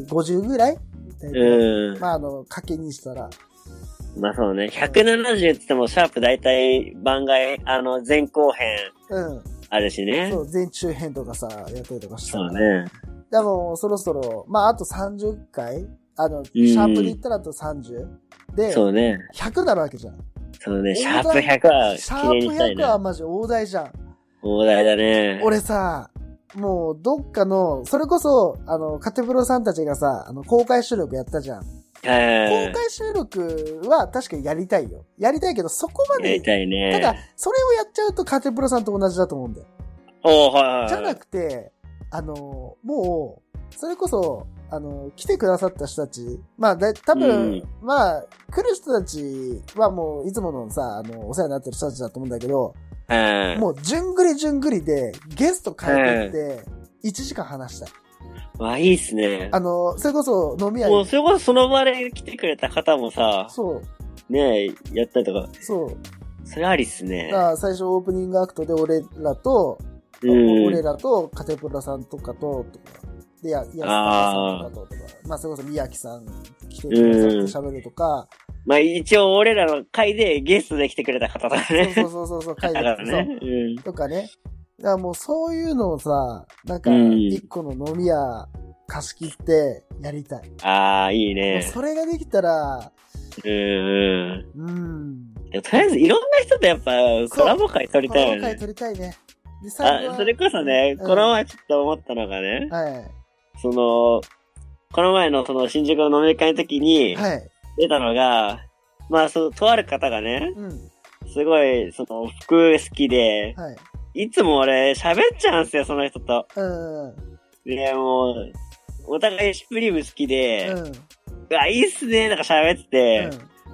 [SPEAKER 2] 150ぐらい大体
[SPEAKER 3] うん。
[SPEAKER 2] まああの、掛けにしたら。
[SPEAKER 3] まあそうね。170って言っても、シャープ大体番外、あの、前後編
[SPEAKER 2] うん。
[SPEAKER 3] あるしね
[SPEAKER 2] そ。う、前中編とかさ、やったりとかした
[SPEAKER 3] そ
[SPEAKER 2] ら。
[SPEAKER 3] うね。
[SPEAKER 2] でも、そろそろ、まああと30回あの、シャープで言ったらあと30。で、
[SPEAKER 3] そうね。
[SPEAKER 2] 100なるわけじゃん。
[SPEAKER 3] そう
[SPEAKER 2] 大
[SPEAKER 3] ね。
[SPEAKER 2] 台
[SPEAKER 3] シャープ100は
[SPEAKER 2] シ
[SPEAKER 3] 記
[SPEAKER 2] ャ
[SPEAKER 3] 念
[SPEAKER 2] ー
[SPEAKER 3] に
[SPEAKER 2] プ
[SPEAKER 3] したい
[SPEAKER 2] 100は
[SPEAKER 3] な。
[SPEAKER 2] マジ大台じゃん。
[SPEAKER 3] 大台だね。
[SPEAKER 2] 俺さ、もうどっかの、それこそ、あの、カテプロさんたちがさ、あの、公開収録やったじゃん。
[SPEAKER 3] は
[SPEAKER 2] 公開収録は確かにやりたいよ。やりたいけど、そこま
[SPEAKER 3] い。や
[SPEAKER 2] で
[SPEAKER 3] りたいね。
[SPEAKER 2] ただ、それをやっちゃうとカテプロさんと同じだと思うんだよ。
[SPEAKER 3] おーはいはいはい。
[SPEAKER 2] じゃなくて、あの、もう、それこそ、あの、来てくださった人たち、まあ、だい多分、
[SPEAKER 3] うん
[SPEAKER 2] まあ、来る人たちはもう、いつものさ、あの、お世話になってる人たちだと思うんだけど、
[SPEAKER 3] はい。
[SPEAKER 2] もう、じゅんぐりじゅんぐりで、ゲスト変えてって、1時間話したい。
[SPEAKER 3] まあいいっすね。
[SPEAKER 2] あの、それこそ、飲み屋
[SPEAKER 3] もう
[SPEAKER 2] に、
[SPEAKER 3] それこそその場で来てくれた方もさ、
[SPEAKER 2] そう、
[SPEAKER 3] ねえ、やったりとか、
[SPEAKER 2] そう。
[SPEAKER 3] それありっす
[SPEAKER 2] だ
[SPEAKER 3] ね
[SPEAKER 2] か。ら最初、オープニングアクトで俺らと、
[SPEAKER 3] うん。
[SPEAKER 2] 俺らとカテプラさんとかと、とか、で、や、やすさ
[SPEAKER 3] あー
[SPEAKER 2] んとかと、とか、まあ、それこそ宮城さん来てくださって喋るとか、
[SPEAKER 3] まあ一応俺らの会でゲストで来てくれた方だね。
[SPEAKER 2] そうそうそうそう、書い
[SPEAKER 3] だ
[SPEAKER 2] て
[SPEAKER 3] か
[SPEAKER 2] あ
[SPEAKER 3] ら
[SPEAKER 2] る。そう。
[SPEAKER 3] ね。うん。
[SPEAKER 2] とかね。だからもうそういうのをさ、なんか、
[SPEAKER 3] うん
[SPEAKER 2] 一個の飲み屋貸し切ってやりたい。
[SPEAKER 3] ああ、いい
[SPEAKER 2] もう
[SPEAKER 3] ね。
[SPEAKER 2] それができたら、
[SPEAKER 3] うん
[SPEAKER 2] うん。
[SPEAKER 3] うん。でもとりあえずいろんな人とやっぱコラボ会撮りたいよ
[SPEAKER 2] 今回
[SPEAKER 3] ね。
[SPEAKER 2] 撮りたいね。で、最後
[SPEAKER 3] あ
[SPEAKER 2] は、
[SPEAKER 3] それこそね、
[SPEAKER 2] うん
[SPEAKER 3] この前ちょっと思ったのがね、
[SPEAKER 2] はい。
[SPEAKER 3] その、この前のその新宿の飲み会の時に
[SPEAKER 2] はい。
[SPEAKER 3] 出たのが、まあ、その、とある方がね、
[SPEAKER 2] うん。
[SPEAKER 3] すごい、その、服好きで、
[SPEAKER 2] はい。
[SPEAKER 3] いつも俺、喋っちゃうんすよ、その人と。
[SPEAKER 2] うん。うん。
[SPEAKER 3] で、もう、お互いシュプリーム好きで、うわ、いいっすね、なんか喋ってて、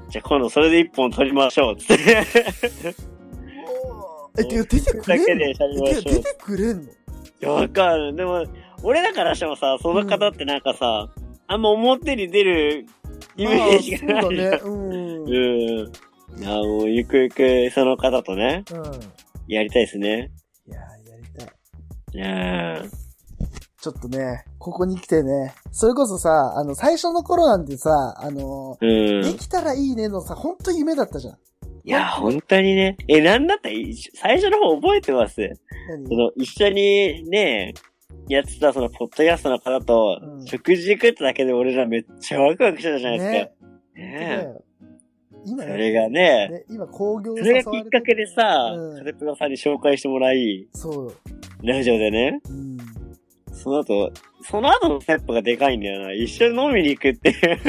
[SPEAKER 3] じゃあ今度それで一本撮りましょう、つって。
[SPEAKER 2] え、てか出てくれんの
[SPEAKER 3] だけで喋りましょう
[SPEAKER 2] えてか出てくれんの
[SPEAKER 3] いやわかる。でも、俺らからしてもさ、その方ってなんかさ、あんま表に出るイメージが
[SPEAKER 2] まあ
[SPEAKER 3] な
[SPEAKER 2] そ
[SPEAKER 3] い。
[SPEAKER 2] うだね。うん。
[SPEAKER 3] う
[SPEAKER 2] うん。
[SPEAKER 3] ん。いや、もう、ゆくゆく、その方とね、やりたいですね。
[SPEAKER 2] いやー、やりたい。
[SPEAKER 3] うん。
[SPEAKER 2] ちょっとね、ここに来てね、それこそさ、あの、最初の頃なんてさ、あの、
[SPEAKER 3] うん。
[SPEAKER 2] で
[SPEAKER 3] い
[SPEAKER 2] きたらいいねのさ、本当夢だったじゃん。
[SPEAKER 3] や、本当にね。え、なんだったら一緒最初の方覚えてますそ
[SPEAKER 2] 何
[SPEAKER 3] の、一緒にね、やってたその、ポッドキャストの方と
[SPEAKER 2] う、ん
[SPEAKER 3] 食事行くってだけで俺らめっちゃワクワクしてたじゃないです
[SPEAKER 2] ね
[SPEAKER 3] か。。ねえ。
[SPEAKER 2] 今
[SPEAKER 3] そ
[SPEAKER 2] ね、
[SPEAKER 3] れがね、
[SPEAKER 2] ね今工業
[SPEAKER 3] そ
[SPEAKER 2] 誘われ
[SPEAKER 3] れ
[SPEAKER 2] て
[SPEAKER 3] がきっかけでさ、
[SPEAKER 2] うん
[SPEAKER 3] カテプロさんに紹介してもらい、
[SPEAKER 2] そう。
[SPEAKER 3] ラジオでね、
[SPEAKER 2] うん。
[SPEAKER 3] その後、その後のステップがでかいんだよな。一緒に飲みに行くっ ていう。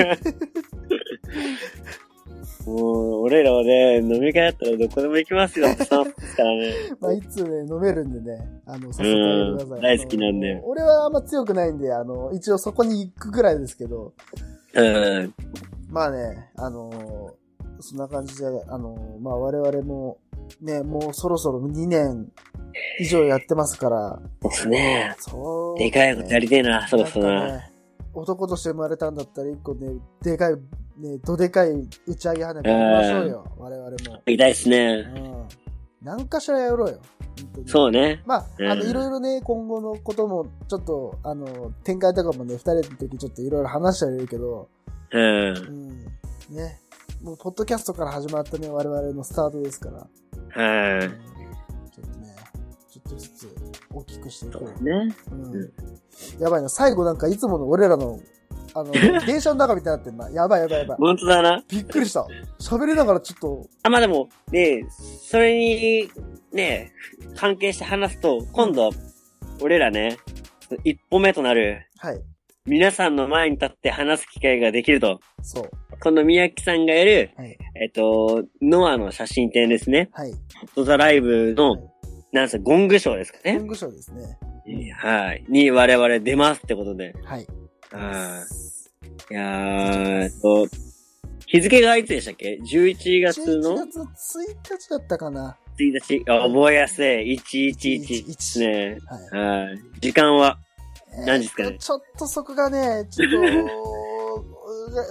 [SPEAKER 3] もう、俺らはね、飲み会だったらどこでも行きますよってさ、ですからね。
[SPEAKER 2] まあ、いつね、飲めるんでね、あの、させてあげてくだ
[SPEAKER 3] うん
[SPEAKER 2] さい。
[SPEAKER 3] 大好きなんで
[SPEAKER 2] あの俺はあんま強くないんで、あの、一応そこに行くぐらいですけど、
[SPEAKER 3] うん。
[SPEAKER 2] まあね、あのーそんな感じで、あのーまあ我々も、ね、もうそろそろ2年以上やってますから、
[SPEAKER 3] ですね。
[SPEAKER 2] そう、
[SPEAKER 3] でかいことやりてえな、そろそろ
[SPEAKER 2] なんか
[SPEAKER 3] な。
[SPEAKER 2] ね男として生まれたんだったら一個ね、でかい、ね、どでかい打ち上げ花火やりましょうよ、我々も。
[SPEAKER 3] 痛いたいっすね。
[SPEAKER 2] うん。何かしらやろうよ。本当に
[SPEAKER 3] そうね。
[SPEAKER 2] まあ、あの、
[SPEAKER 3] うん
[SPEAKER 2] いろいろね、今後のことも、ちょっと、あの、展開とかもね、二人の時ちょっといろいろ話してはいるけど、う
[SPEAKER 3] う。
[SPEAKER 2] んん。ね。もう、ポッドキャストから始まったね、我々のスタートですから。
[SPEAKER 3] は
[SPEAKER 2] うん
[SPEAKER 3] い。
[SPEAKER 2] ちょっとね、ちょっとずつ大きくしてい
[SPEAKER 3] そ
[SPEAKER 2] こ
[SPEAKER 3] う
[SPEAKER 2] う。
[SPEAKER 3] ね。
[SPEAKER 2] うん。やばいな、最後なんかいつもの俺らの、あ の、電車の中みたいになってんな。やばいやばいやばい。
[SPEAKER 3] 本当だな。
[SPEAKER 2] びっくりした。喋りながらちょっと、
[SPEAKER 3] あ、まあでも、ね、それに、ね、関係して話すと、今度、俺らね、一歩目となる、
[SPEAKER 2] はい。
[SPEAKER 3] 皆さんの前に立って話す機会ができると、
[SPEAKER 2] そう。
[SPEAKER 3] この宮城さんがやる、
[SPEAKER 2] はい。
[SPEAKER 3] えっと、ノアの写真展ですね。
[SPEAKER 2] はい。
[SPEAKER 3] ドザライブ
[SPEAKER 2] はい
[SPEAKER 3] の、なんせゴングショーですか
[SPEAKER 2] 文
[SPEAKER 3] ね。
[SPEAKER 2] 具賞ですね。
[SPEAKER 3] はい。に我々出ますってことで。
[SPEAKER 2] はい。
[SPEAKER 3] はい。いやー、えっと、日付がいつでしたっけ ?11 月の
[SPEAKER 2] 11月の1日だったかな。
[SPEAKER 3] 1日。あ覚えやすい。111ですね。
[SPEAKER 2] はい。
[SPEAKER 3] はい。時間は、何時ですかね。
[SPEAKER 2] えーっとちょっとそこがね、ちょっと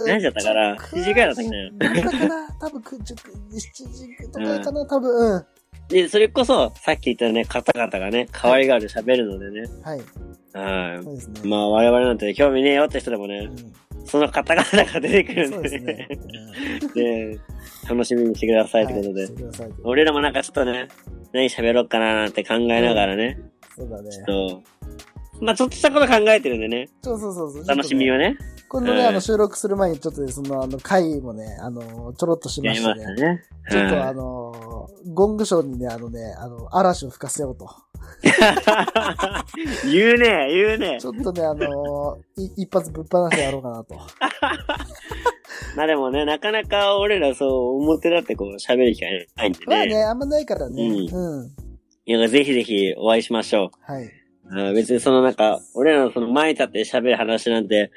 [SPEAKER 3] 何時だったかな
[SPEAKER 2] 9
[SPEAKER 3] 7時ぐらいだったかな
[SPEAKER 2] だったかな多分9時、7時とかかな多分、うん。
[SPEAKER 3] で、それこそ、さっき言ったね、方々がね、可愛がる喋るのでね。
[SPEAKER 2] はい。
[SPEAKER 3] は
[SPEAKER 2] そうですね
[SPEAKER 3] い。。まあ、我々なんて興味ねえよって人でもね
[SPEAKER 2] うん、
[SPEAKER 3] その方々が出てくる
[SPEAKER 2] そ
[SPEAKER 3] ん
[SPEAKER 2] う
[SPEAKER 3] で
[SPEAKER 2] ですね
[SPEAKER 3] ね。。で、楽しみにしてくださ
[SPEAKER 2] はい
[SPEAKER 3] ってことで
[SPEAKER 2] し。てください
[SPEAKER 3] 俺らもなんかちょっとね、何喋ろうかななんて考えながらね、
[SPEAKER 2] そうだね。
[SPEAKER 3] そう。まあちょっとしたこと考えてるんでね、
[SPEAKER 2] そうそうそうそう。
[SPEAKER 3] 楽しみを
[SPEAKER 2] ね。
[SPEAKER 3] ね、
[SPEAKER 2] 今度
[SPEAKER 3] う
[SPEAKER 2] ね、
[SPEAKER 3] ん
[SPEAKER 2] あの、収録する前にちょっとね、その、あの、会もね、あの、ちょろっとしま
[SPEAKER 3] やり
[SPEAKER 2] し
[SPEAKER 3] ま
[SPEAKER 2] て
[SPEAKER 3] した
[SPEAKER 2] ね。
[SPEAKER 3] ね。
[SPEAKER 2] ちょっとあ
[SPEAKER 3] はい
[SPEAKER 2] の、ゴングショーにね、あのね、あの、嵐を吹かせようと。
[SPEAKER 3] 言うね、言うね
[SPEAKER 2] ち。ょっとね、あの、 い一発ぶっ放してやろうかなと。
[SPEAKER 3] まあでもね、なかなか俺らそう、表だってこう喋る機会ないんで
[SPEAKER 2] まあ
[SPEAKER 3] ね。
[SPEAKER 2] ね、あんまないからね。
[SPEAKER 3] う
[SPEAKER 2] うん。
[SPEAKER 3] いや、ぜひぜひお会いしましょう。
[SPEAKER 2] はい。
[SPEAKER 3] あの別にそのなんか、俺らのその前に立って喋る話なんて、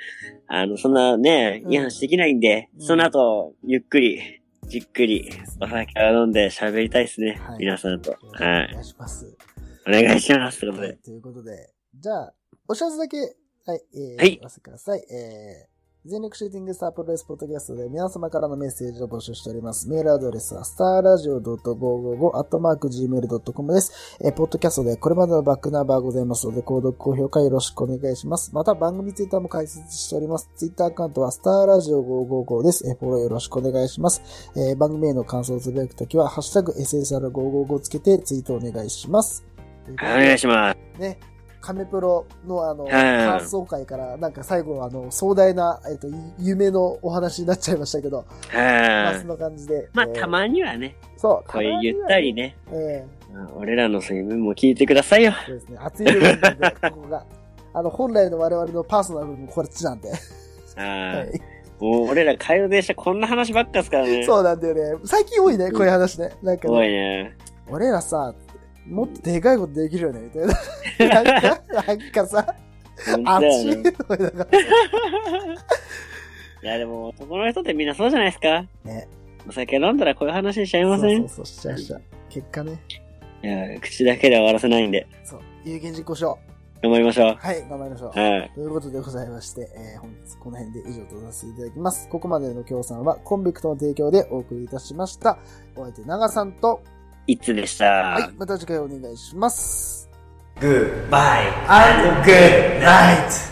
[SPEAKER 3] あの、そんなね、
[SPEAKER 2] うん
[SPEAKER 3] いい話できないんで、
[SPEAKER 2] うん
[SPEAKER 3] その後、ゆっくり、じっくり、お酒を飲んで喋りたいですね。
[SPEAKER 2] はい
[SPEAKER 3] 皆さんと。
[SPEAKER 2] お
[SPEAKER 3] は
[SPEAKER 2] 願
[SPEAKER 3] い。
[SPEAKER 2] いします。
[SPEAKER 3] お願いします。ということ
[SPEAKER 2] はい
[SPEAKER 3] で。
[SPEAKER 2] ということで、じゃあ、お知らせだけ、はい、えー、
[SPEAKER 3] はい
[SPEAKER 2] お寄せください。えー、全力シューティングスタープロレスポッドキャストで皆様からのメッセージを募集しております。メールアドレスは、スターラジオ .555-gmail.com です。えー、ポッドキャストでこれまでのバックナンバーございますので、購読、高評価よろしくお願いします。また、番組ツイッターも開設しております。ツイッターアカウントは、スターラジオ555です。えー、フォローよろしくお願いします。えー、番組への感想をつぶやくときは、ハッシュタグ SSR555 をつけてツイートお願いします。お
[SPEAKER 3] お願いします。
[SPEAKER 2] ね、カメプロのあの、
[SPEAKER 3] ん
[SPEAKER 2] 感想会から、なんか最後はあの、壮大な、えっと、い夢のお話になっちゃいましたけど、まあ
[SPEAKER 3] は
[SPEAKER 2] そ
[SPEAKER 3] い
[SPEAKER 2] ん。な感じで。
[SPEAKER 3] まあ、
[SPEAKER 2] えー
[SPEAKER 3] たまにはね、
[SPEAKER 2] そう、
[SPEAKER 3] こういうゆったりね、
[SPEAKER 2] たまにはね。え
[SPEAKER 3] うん俺らのそういう面も聞いてくださいよ。
[SPEAKER 2] えそうですね。熱い部分で、ここ が。あの、本来の我々のパーソナル部分、こっちなんで。は
[SPEAKER 3] はいい。もう俺ら会話電車こんな話ばっかっすから ね。
[SPEAKER 2] そうなんだよね。最近多いね、こういう話ね。なんか
[SPEAKER 3] すご
[SPEAKER 2] ね、
[SPEAKER 3] いね。
[SPEAKER 2] 俺らさ、もっとでかいことできるよね、みたいな。 なんか、なんかさ、
[SPEAKER 3] 本当
[SPEAKER 2] 熱
[SPEAKER 3] だよ
[SPEAKER 2] い
[SPEAKER 3] ね。
[SPEAKER 2] と思いながら
[SPEAKER 3] いや、でも、男の人ってみんなそうじゃないですか。
[SPEAKER 2] ね。
[SPEAKER 3] お酒飲んだらこういう話しちゃい
[SPEAKER 2] そ
[SPEAKER 3] ま
[SPEAKER 2] う
[SPEAKER 3] せん
[SPEAKER 2] そうそう、しちゃいました。結果ね。
[SPEAKER 3] いや、口だけで終わらせないんで、
[SPEAKER 2] そう、有言実行しよう。
[SPEAKER 3] 頑張りましょう。
[SPEAKER 2] はい、頑張りましょう。
[SPEAKER 3] はい。
[SPEAKER 2] ということでございまして、えー本日この辺で以上とさせていただきます。ここまでの協賛はコンビクトの提供でお送りいたしました。お相手、長さんと、
[SPEAKER 3] いつでした。
[SPEAKER 2] はい、また次回お願いします。
[SPEAKER 1] Goodbye and good night.